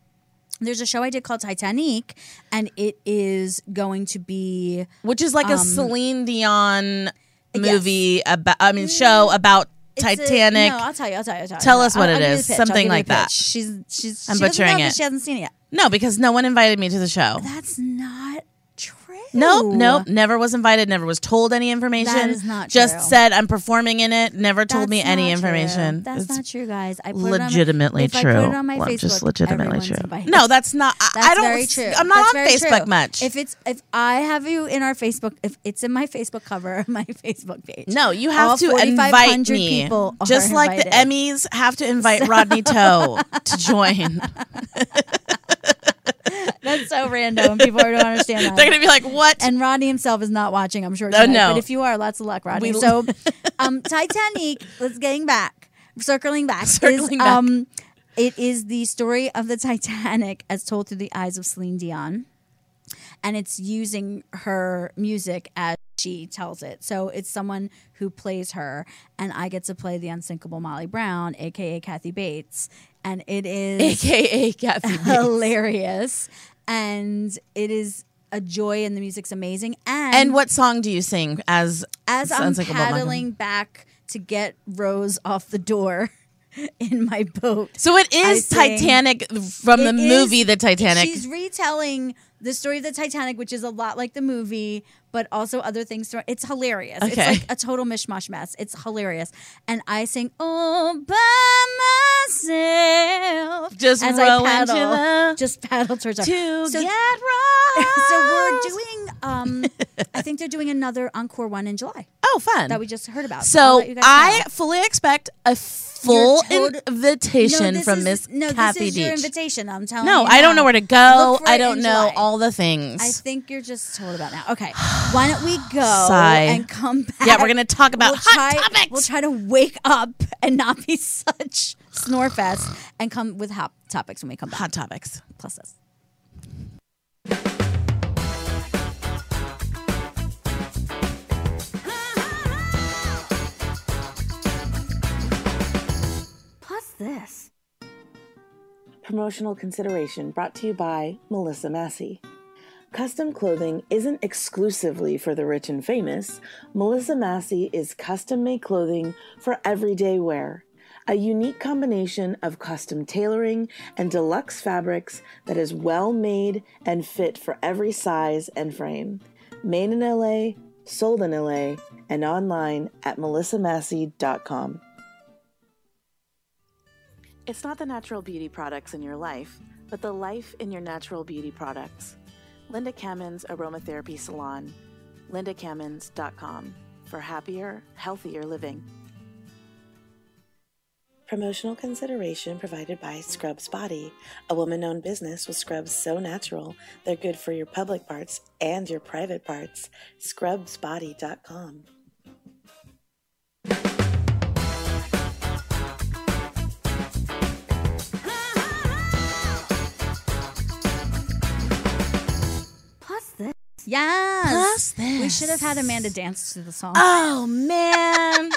There's a show I did called Titanic, and it is going to be
Which is like a
Um,
Celine Dion
yes.
movie about. I mean, show about
Mm. It's a-
Titanic.
no, I'll tell you. I'll tell you. I'll tell, you,
Tell
I'll-
us what
I'll-
it
I'll give you
is,
the pitch, I'll
something
give you the
like that.
pitch. She's she's.
I'm
she doesn't
butchering
know 'cause
it.
She hasn't seen it yet.
no, because no one invited me to the show.
That's not true.
Nope, nope. Never was invited. Never was told any information.
is not
Just
true.
said I'm performing in it. Never told
That's
me any
not
information.
True. That's
It's
not true, guys. I put
legitimately
it on my, if
true.
I put it on my
Well,
Facebook,
just legitimately
everyone's
true.
invited.
No, that's not. I,
That's
I don't.
very true.
I'm not
That's
on
very
Facebook
true.
much.
If it's if I have you in our Facebook, if it's in my Facebook cover, my Facebook page.
no, you have
all
to
4,500
invite me.
people are
Just like the
invited.
Emmys have to invite Rodney Toe to join.
that's so random. People don't understand that.
They're gonna be like, "What?"
and Rodney himself is not watching. I'm sure.
Oh,
tonight,
no.
But if you are, lots of luck, Rodney.
We-
so, um, Titanic. Let's getting back, circling back.
Circling
is,
back.
Um, it is the story of the Titanic as told through the eyes of Celine Dion, and it's using her music as she tells it. So it's someone who plays her, and I get to play the unsinkable Molly Brown, aka Kathy Bates, and it is
AKA Kathy.
Oh. hilarious and it is a joy and the music's amazing and,
and what song do you sing as?
as i'm
sounds like a Bob Marley.
paddling back to get rose off the door in my boat
So it is
I sing-
Titanic from the
It is-
movie The Titanic.
she's retelling the story of the Titanic, which is a lot like the movie, but also other things. thrown- It's hilarious. It's
Okay.
like a total mishmash mess. It's hilarious. And I sing all by myself
Just
as
roll
I
into
paddle,
the-
just paddle towards our
to
so-
get right.
So we're doing. Um, I think they're doing another encore one in July
oh fun
that we just heard about. I'll
So
let you guys
I
know.
fully expect a full
You're tot-
invitation
this
from
is-
Miss
No,
Kathy
this is your
Deitch.
invitation. I'm telling
No,
you.
I don't know
now.
where to go.
Look for
I
it
don't
in
know
July.
all the things.
I think you're just told about now. Okay, why don't we go
Sigh.
and come back?
yeah, we're gonna talk about
we'll
hot
try,
topics.
We'll try to wake up and not be such snorefest and come with hot topics when we come back.
hot topics.
Plus this. Plus this.
Promotional consideration brought to you by Melissa Massey. Custom clothing isn't exclusively for the rich and famous. Melissa Massey is custom made clothing for everyday wear. A unique combination of custom tailoring and deluxe fabrics that is well made and fit for every size and frame. Made in LA, sold in LA, and online at melissamassey.com. It's not the natural beauty products in your life, but the life in your natural beauty products. Linda Kammen's Aromatherapy Salon, lindakammons.com for happier, healthier living. Promotional consideration provided by Scrubs Body, a woman owned business with scrubs so natural they're good for your public parts and your private parts. Scrubsbody.com.
Yes.
Plus this.
We should have had Amanda dance to the song.
Oh man,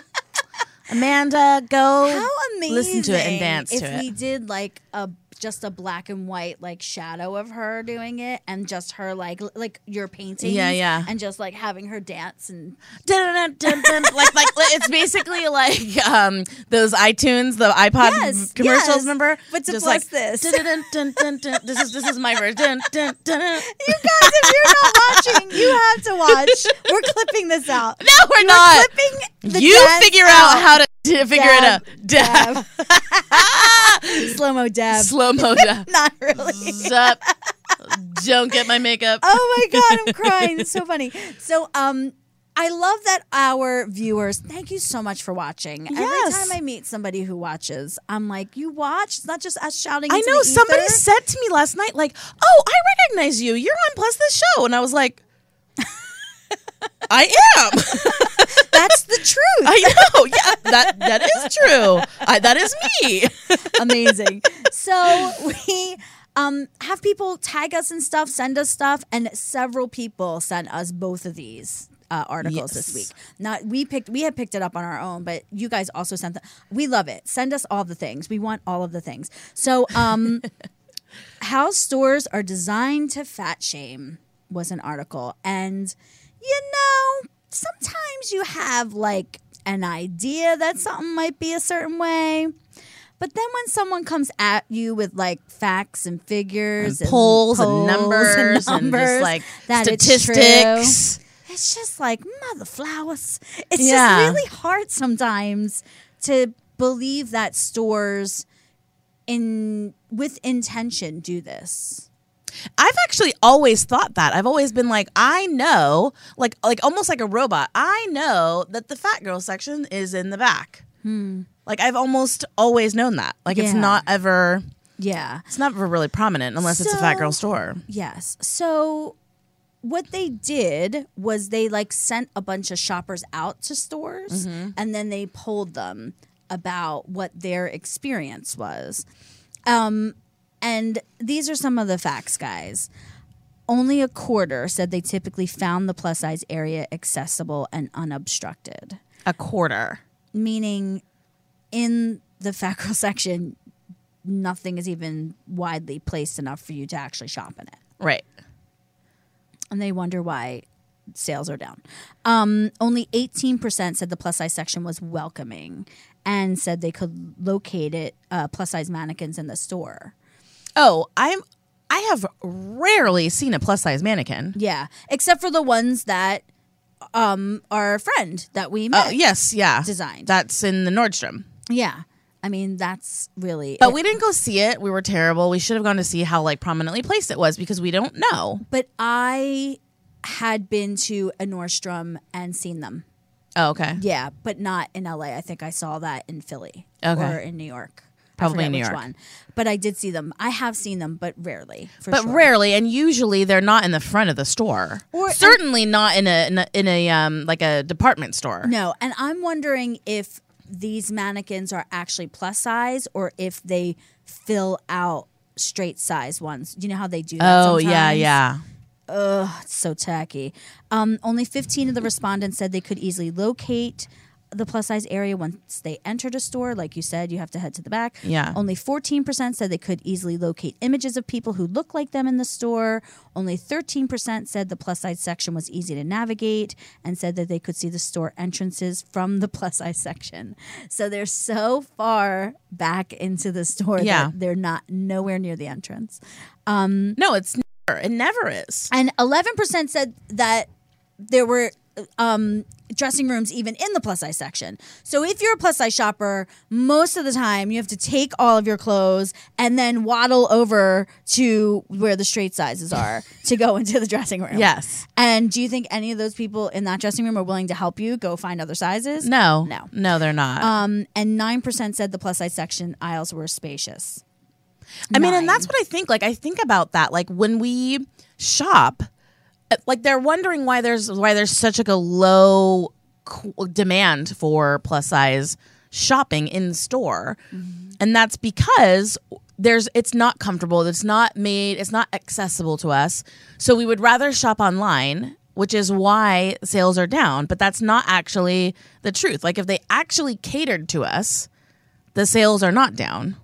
Amanda, go.
How amazing!
Listen to it and dance
if
to it.
we did like a just a black and white like shadow of her doing it, and just her like l- like your painting,
Yeah, yeah.
and just like having her dance and
Dun, dun, dun, dun, dun. like like it's basically like um those iTunes the iPod
Yes,
commercials
yes.
remember
But to
Just
plus
like,
this.
dun, dun, dun, dun, dun. this is this is my version Dun, dun, dun, dun.
you guys, if you're not watching, you have to watch. We're clipping this out.
no we're not
Clipping. The
you figure out how to to figure it
Dab,
out dab,
slow mo dab.
slow mo dab
not really.
Zup. don't get my makeup
Oh my god, I'm crying. It's so funny. So um I love that our viewers, thank you so much for watching.
Yes.
Every time I meet somebody who watches, I'm like, you watch? It's not just us shouting.
I
into
know
the
somebody
ether."
said to me last night, like, "Oh, I recognize you. You're on Plus This Show," and I was like, "I am.
that's the truth.
I know. Yeah, that that is true. I, that is me.
Amazing. So we um, have people tag us and stuff, send us stuff, and several people sent us both of these. Uh, articles this week.
Yes.
Not we picked. We had picked it up on our own, but you guys also sent them. We love it. Send us all the things. We want all of the things. So, um, how stores are designed to fat shame was an article, and you know sometimes you have like an idea that something might be a certain way, but then when someone comes at you with like facts and figures
polls and
polls
numbers and just
numbers
like
that it's true,
statistics.
it's just like mother flowers. It's
Yeah.
just really hard sometimes to believe that stores in with intention do this.
I've actually always thought that. I've always been like, I know, like like almost like a robot. I know that the fat girl section is in the back. Like I've almost always known that. Like it's
Hmm. Yeah.
not ever
Yeah.
it's never really prominent unless it's a fat
So-
girl store.
Yes. So what they did was they like sent a bunch of shoppers out to stores and then they polled them about what their experience was. Um and these are some of the facts, guys. Only a quarter said they typically found the plus size area accessible and unobstructed
A quarter.
meaning in the fat girl section, nothing is even widely placed enough for you to actually shop in it.
Right.
And they wonder why sales are down. Um, only 18% said the plus size section was welcoming and said they could locate it, uh, plus size mannequins in the store.
Oh, I'm I have rarely seen a plus size mannequin.
Yeah, except for the ones that um our friend that we met.
Oh yes, yeah.
Designed.
That's in the Nordstrom.
Yeah, I mean that's really.
But we didn't go see it. We were terrible. We should have gone to see how like prominently placed it was because we don't know.
but I had been to a Nordstrom and seen them.
Oh, okay.
Yeah, but not in LA. I think I saw that in Philly
Okay.
or in New York. I
Probably
forget
in New
which
York.
One. But I did see them. I have seen them, but rarely. For
but
sure.
rarely, and usually they're not in the front of the store.
Or-
Certainly not in a in a, in a um like a department store.
No, and I'm wondering if these mannequins are actually plus size or if they fill out straight size ones. You know how they do that?
Oh yeah,
sometimes?
yeah.
Ugh, it's so tacky. Um, only 15 of the respondents said they could easily locate the plus size area once they entered a store. Like you said, you have to head to the back.
Yeah.
Only 14% said they could easily locate images of people who look like them in the store. Only 13% said the plus size section was easy to navigate and said that they could see the store entrances from the plus size section. So they're so far back into the store
Yeah.
that they're not nowhere near the entrance.
No, it's never. It never is.
And 11% said that there were um, dressing rooms even in the plus size section. So if you're a plus size shopper, most of the time you have to take all of your clothes and then waddle over to where the straight sizes are to go into the dressing room.
Yes.
And do you think any of those people in that dressing room are willing to help you go find other sizes?
No.
No.
No, they're not.
Um, and 9% said the plus size section aisles were spacious.
I mean, and that's what I think. Like, I think about that. Like when we shop, uh, like they're wondering why there's why there's such like a low qu- demand for plus size shopping in store, and that's because there's it's not comfortable. It's not made. It's not accessible to us. So we would rather shop online. Which is why sales are down, but that's not actually the truth. Like, if they actually catered to us, the sales are not down.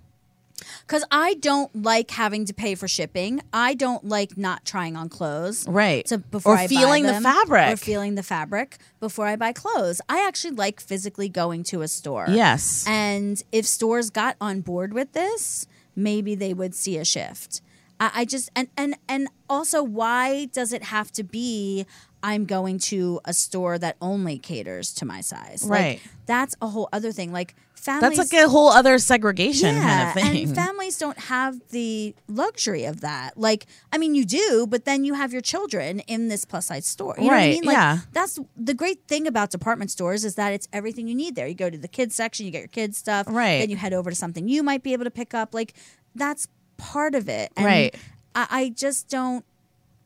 Because I don't like having to pay for shipping. I don't like not trying on clothes.
Right.
To, before
or
I buy
feeling
them,
the fabric.
Or feeling the fabric before I buy clothes. I actually like physically going to a store.
yes.
And if stores got on board with this, maybe they would see a shift. I, I just and and and also, why does it have to be? I'm going to a store that only caters to my size. Like,
Right.
that's a whole other thing. Like families.
That's like a whole other segregation kind of thing.
And families don't have the luxury of that. Like, I mean, you do, but then you have your children in this plus size store. You know what I
Right,
mean? Like,
yeah.
That's the great thing about department stores is that it's everything you need there. You go to the kids section, you get your kids stuff.
Right.
Then you head over to something you might be able to pick up. Like, that's part of it. And
Right.
I, I just don't.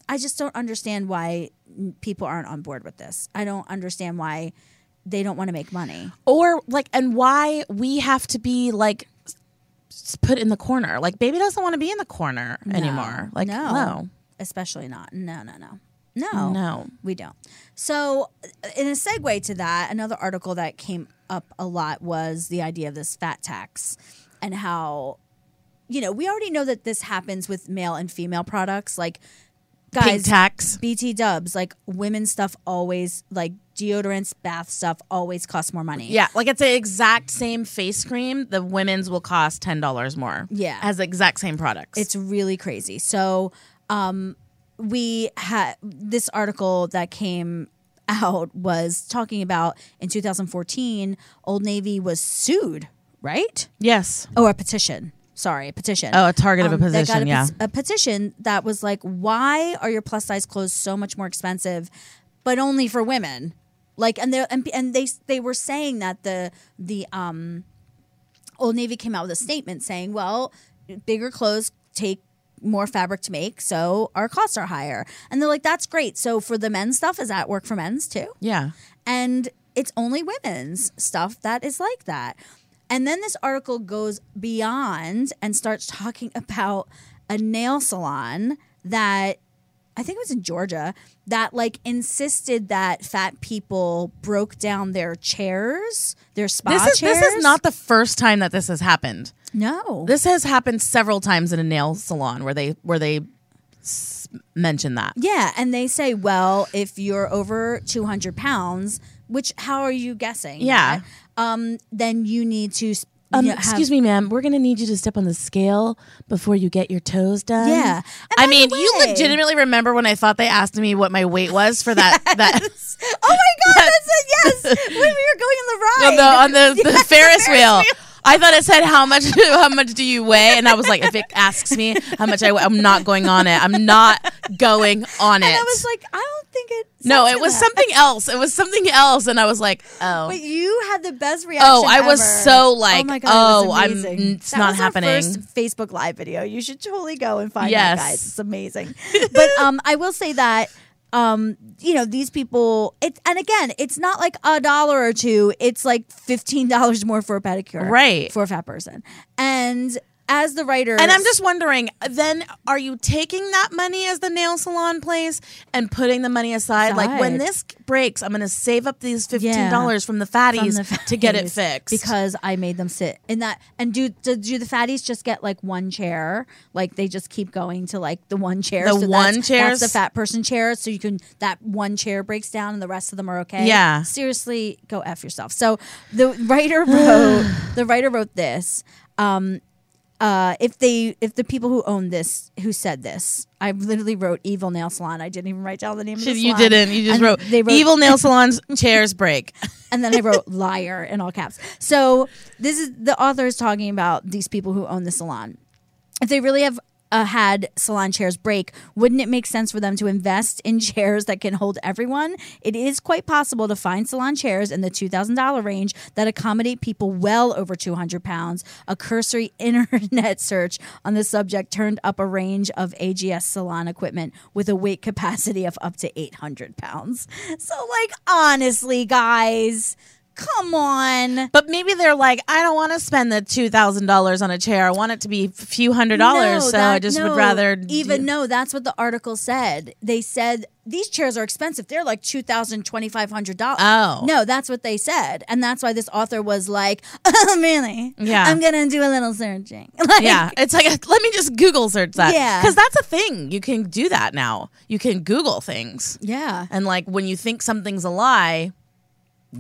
I just don't understand why n- people aren't on board with this. I don't understand why they don't want to make money.
or like, and why we have to be like s- put in the corner. Like, baby doesn't want to be in the corner anymore. Like, no.
Especially not. No, no, no. No.
no,
We don't. So, uh, in a segue to that, another article that came up a lot was the idea of this fat tax and how, you know, we already know that this happens with male and female products. Like,
Pink
guys,
tax.
BT dubs, like women's stuff always, like deodorants, bath stuff always costs more money.
Yeah, like it's the exact same face cream. The women's will cost ten dollars more.
Yeah.
has the exact same products.
It's really crazy. So, um, we had this article that came out was talking about in 2014, Old Navy was sued, right?
yes.
Oh, a petition. Sorry, a petition.
Oh, a target of a
Um, they got
position, yeah.
pet- a petition that was like, why are your plus size clothes so much more expensive, but only for women? Like, and they and, and they they were saying that the the um, Old Navy came out with a statement saying, well, bigger clothes take more fabric to make, so our costs are higher. And they're like, that's great. So for the men's stuff, is that work for men's too?
Yeah.
and it's only women's stuff that is like that. And then this article goes beyond and starts talking about a nail salon that I think it was in Georgia that like insisted that fat people broke down their chairs, their spa
This is
chairs.
this is not the first time that this has happened.
no.
This has happened several times in a nail salon where they where they s- mention that.
yeah, and they say, well, if you're over 200 pounds, which how are you guessing?
Yeah.
that? um, then you need to s-
Um,
Yeah, have-
excuse me, ma'am. We're gonna need you to step on the scale before you get your toes done.
Yeah. And by
I
the
mean, you
way-
legitimately remember when I thought they asked me what my weight was for that that
Oh my god, that's it! Yes, when we were going on the ride.
on the on the, the
Yes,
Ferris wheel. I thought it said how much how much do you weigh, and I was like, if it asks me how much I weigh, I'm not going on it. I'm not going on it.
And I was like, I don't think it.
no,
says
it was
that.
something else. It was something else, and I was like, oh.
But you had the best reaction.
Oh, I was
ever.
so like,
oh,
oh,
my God, it was
I'm,
amazing.
it's
That
not
was
happening.
Our first Facebook Live video. You should totally go and find
Yes.
that, guys. It's amazing. but um, I will say that um, you know these people. It and again, it's not like a dollar or two. It's like fifteen dollars more for a pedicure,
Right.
For a fat person, and as the writer,
And I'm just wondering, then are you taking that money as the nail salon place and putting the money aside? Like when
Aside.
this breaks, I'm going to save up these
Yeah.
fifteen dollars from the fatties
From the
to get it
fatties.
fixed.
because I made them sit in that. And do, do do the fatties just get like one chair? Like they just keep going to like the one chair.
The
so
one
that's,
chairs?
That's the fat person chair. So you can that one chair breaks down and the rest of them are okay.
Yeah.
Seriously, go f yourself. So the writer wrote the writer wrote this. Um, uh, if they if the people who own this who said this, I literally wrote evil nail salon. I didn't even write down the name of the
you
salon.
didn't. You just
And
wrote,
they wrote
evil nail salons chairs break.
and then I wrote liar in all caps. So this is the author is talking about these people who own the salon. If they really have uh, had salon chairs break, wouldn't it make sense for them to invest in chairs that can hold everyone? It is quite possible to find salon chairs in the two thousand dollar range that accommodate people well over two hundred pounds. A cursory internet search on the subject turned up a range of AGS salon equipment with a weight capacity of up to eight hundred pounds. So, like, honestly, guys, come on.
But maybe they're like, I don't want to spend the two thousand dollars on a chair. I want it to be a few hundred dollars.
No,
so I
that-
just
no,
would rather do-
even no. That's what the article said. They said these chairs are expensive. They're like two thousand twenty five hundred dollars.
Oh.
no, that's what they said, and that's why this author was like, oh, "Really?
Yeah.
I'm gonna do a little searching." Like,
yeah, it's like let me just Google search that.
Yeah.
because that's a thing. You can do that now. You can Google things,
yeah.
and like when you think something's a lie,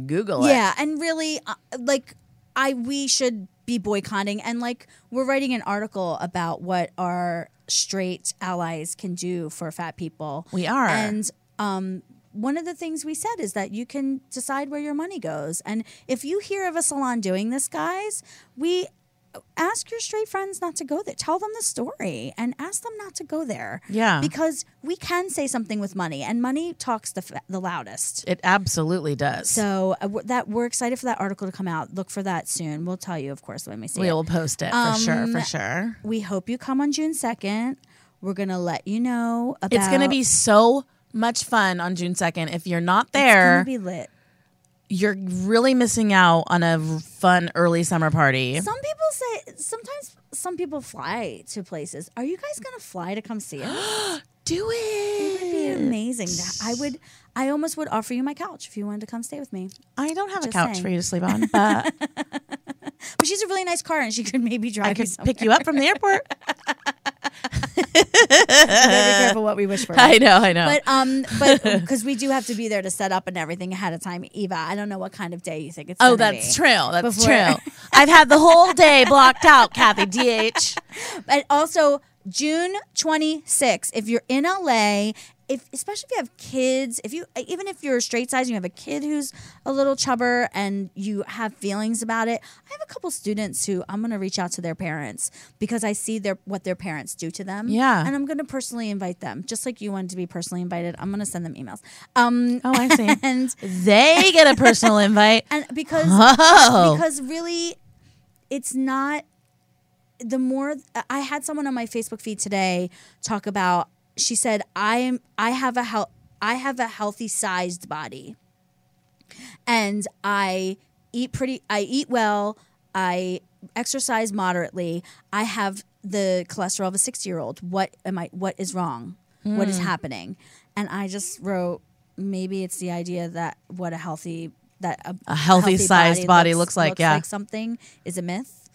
Google it.
Yeah, and really, uh, like, I we should be boycotting, and like, we're writing an article about what our straight allies can do for fat people.
We are.
and um. One of the things we said is that you can decide where your money goes. And if you hear of a salon doing this, guys, we ask your straight friends not to go there. Tell them the story and ask them not to go there.
Yeah.
Because we can say something with money, and money talks the, f- the loudest.
it absolutely does.
So uh, we're- that we're excited for that article to come out. Look for that soon. We'll tell you, of course, when we see
we
it.
will post it for sure. For sure,
We hope you come on June second. We're gonna let you know about.
it's gonna be so much fun on June second. If you're not
It's gonna
there,
be lit.
you're really missing out on a fun early summer party.
Some people say sometimes some people fly to places. Are you guys gonna fly to come see us?
Do
It would be
it.
amazing. That I would. I almost would offer you my couch if you wanted to come stay with me.
I don't have a
Just
couch
saying.
for you to sleep on, but
But she's a really nice car, and she could maybe drive.
I
you
could
somewhere.
pick you up from the airport.
We gotta be careful what we wish for.
I know, I know.
But um, but because we do have to be there to set up and everything ahead of time. Eva, I don't know what kind of day you think it's.
Oh,
gonna
that's
be.
true. That's
before-
true. I've had the whole day blocked out, Kathy DH.
But also June 26th, if you're in LA, if especially if you have kids, if you even if you're straight size and you have a kid who's a little chubber and you have feelings about it, I have a couple students who I'm gonna reach out to their parents because I see their what their parents do to them.
Yeah.
and I'm gonna personally invite them, just like you wanted to be personally invited. I'm gonna send them emails. Um,
Oh, I see.
and
They get a personal invite.
and because
Oh,
because really it's not the more i had someone on my facebook feed today talk about she said i am i have a health i have a healthy sized body and i eat pretty i eat well i exercise moderately i have the cholesterol of a 60 year old what am i what is wrong what
Hmm.
is happening and i just wrote maybe it's the idea that what a healthy that a,
A healthy-sized body looks like, yeah.
something is a myth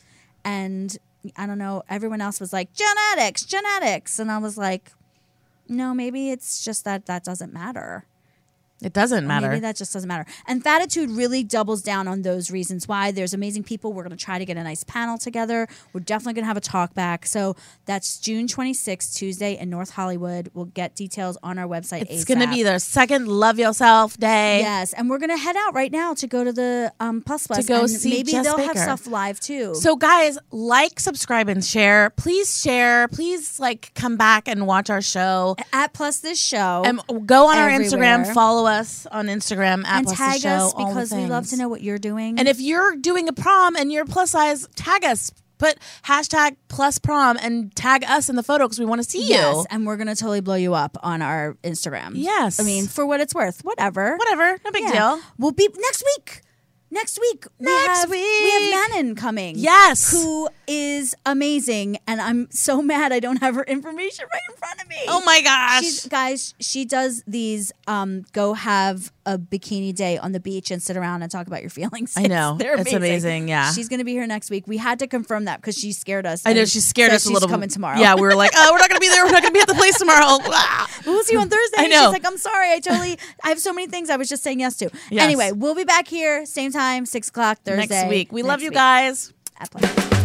and i don't know everyone else was like genetics genetics and i was like no maybe it's just that that doesn't matter
It doesn't matter.
Maybe that just doesn't matter. And Fatitude really doubles down on those reasons why. There's amazing people. We're going to try to get a nice panel together. We're definitely going to have a talk back. So that's June 26th, Tuesday in North Hollywood. We'll get details on our website.
it's
ASAP.
going to be their second Love Yourself Day.
Yes, and we're gonna head out right now to go to the um, Plus Plus.
go
and
see
maybe
Jess
they'll have
Baker.
stuff live too.
So guys, like, subscribe, and share. Please share. Please like come back and watch our show.
at Plus this show
And go on our
Everywhere.
Instagram. Follow us on Instagram at
and
Plus
tag
the show,
us
all the
because we love
things.
to know what you're doing.
And if you're doing a prom and you're plus size, tag us. Put hashtag plus prom and tag us in the photo because we want to see
yes,
you.
and we're gonna totally blow you up on our Instagram.
Yes.
I mean for what it's worth, whatever.
Whatever, no big
Yeah.
deal.
We'll be next week. Next week. we
Next
have, We
week.
have Manon coming.
Yes.
Who is amazing. And I'm so mad I don't have her information right in front of me.
Oh my gosh.
She's, guys, she does these um, go have a bikini day on the beach and sit around and talk about your feelings.
I know.
They're
It's
amazing.
amazing, yeah.
She's going to be here next week. We had to confirm that because she scared us.
I know
and
she scared
said
us a
she's
little.
coming tomorrow.
Yeah, we were like, oh, we're not gonna be there. We're not gonna be at the place tomorrow. Ah.
We'll see you on Thursday.
I
And
know.
She's like, I'm sorry. I totally, I have so many things I was just saying yes to.
Yes.
Anyway, we'll be back here, same time, 6 o'clock Thursday.
Next week, we love
next
you
week.
guys.
At Play.